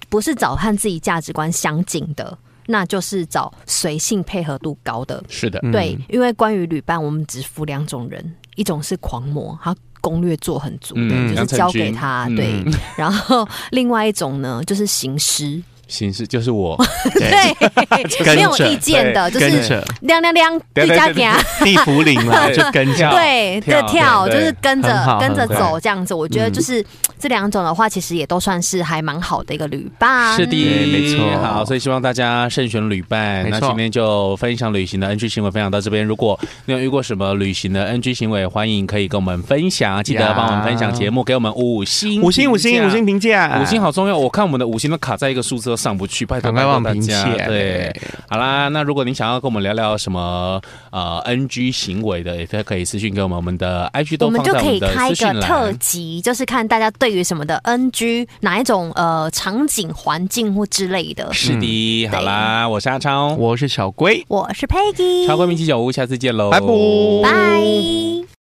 A: 不是找和自己价值观相近的，那就是找随性配合度高的。
C: 是的，
B: 嗯
A: 对，因为关于旅伴，我们只服两种人，一种是狂魔，他攻略做很足的，
C: 嗯
A: 就是
C: 杨丞
A: 交给
C: 琳
A: 他、
C: 嗯
A: 对，然后另外一种呢，就是行尸，
C: 形式就 是我，
A: 对，
B: 跟
A: 没有
B: 着
A: 意见的，就
B: 跟
A: 是
B: 着
A: 亮亮亮，
C: 对
A: 对
C: 对
A: 家
C: 对
A: 行，
B: 地府岭嘛， 就跟着。
A: 对，
C: 跳
A: 对跳
C: 对
A: 就
C: 对
A: 是跟
B: 很
A: 着
B: 好
A: 跟着
C: 很好
A: 走这样子。我觉得
B: 嗯
A: 就是这两种的话，其实也都算是还蛮好的一个旅 伴。
C: 是
B: 啊
C: 的，
B: 对没错
C: 好，所以希望大家慎选旅伴。
B: 没
C: 那
B: 错
C: 今天就分享旅行的 NG 行为，分享到这边。如果你有遇过什么旅行的 NG 行为，欢迎可以跟我们分享，记得
B: 呀
C: 帮我们分享节目，给我们 五星，
B: 五星五星五星。评价，
C: 五星好重要，我看我们的五星都卡在一个数字都上不去，拜托
B: 哎赶快
C: 拜托
B: 帮我们
C: 大
B: 评
C: 家。
B: 价。
C: 对，，好啦，那如果您想要跟我们聊聊什么呃 NG 行为的，也可以私信给我们，我们的 IG
A: 我
C: 都
A: 们
C: 放
A: 就
C: 在
A: 可
C: 我
A: 以
C: 们的
A: 开一
C: 私
A: 个
C: 讯
A: 特
C: 栏。
A: 辑，就是看大家对于什么的 NG 哪一种呃场景、环境或之类的。
C: 是
B: 嗯
C: 的，好啦，我是阿超，
B: 我是小龟。
A: 我是
C: 超闺
A: Peggy，
C: 蜜七九五，下次见喽，
B: 拜拜
A: 拜。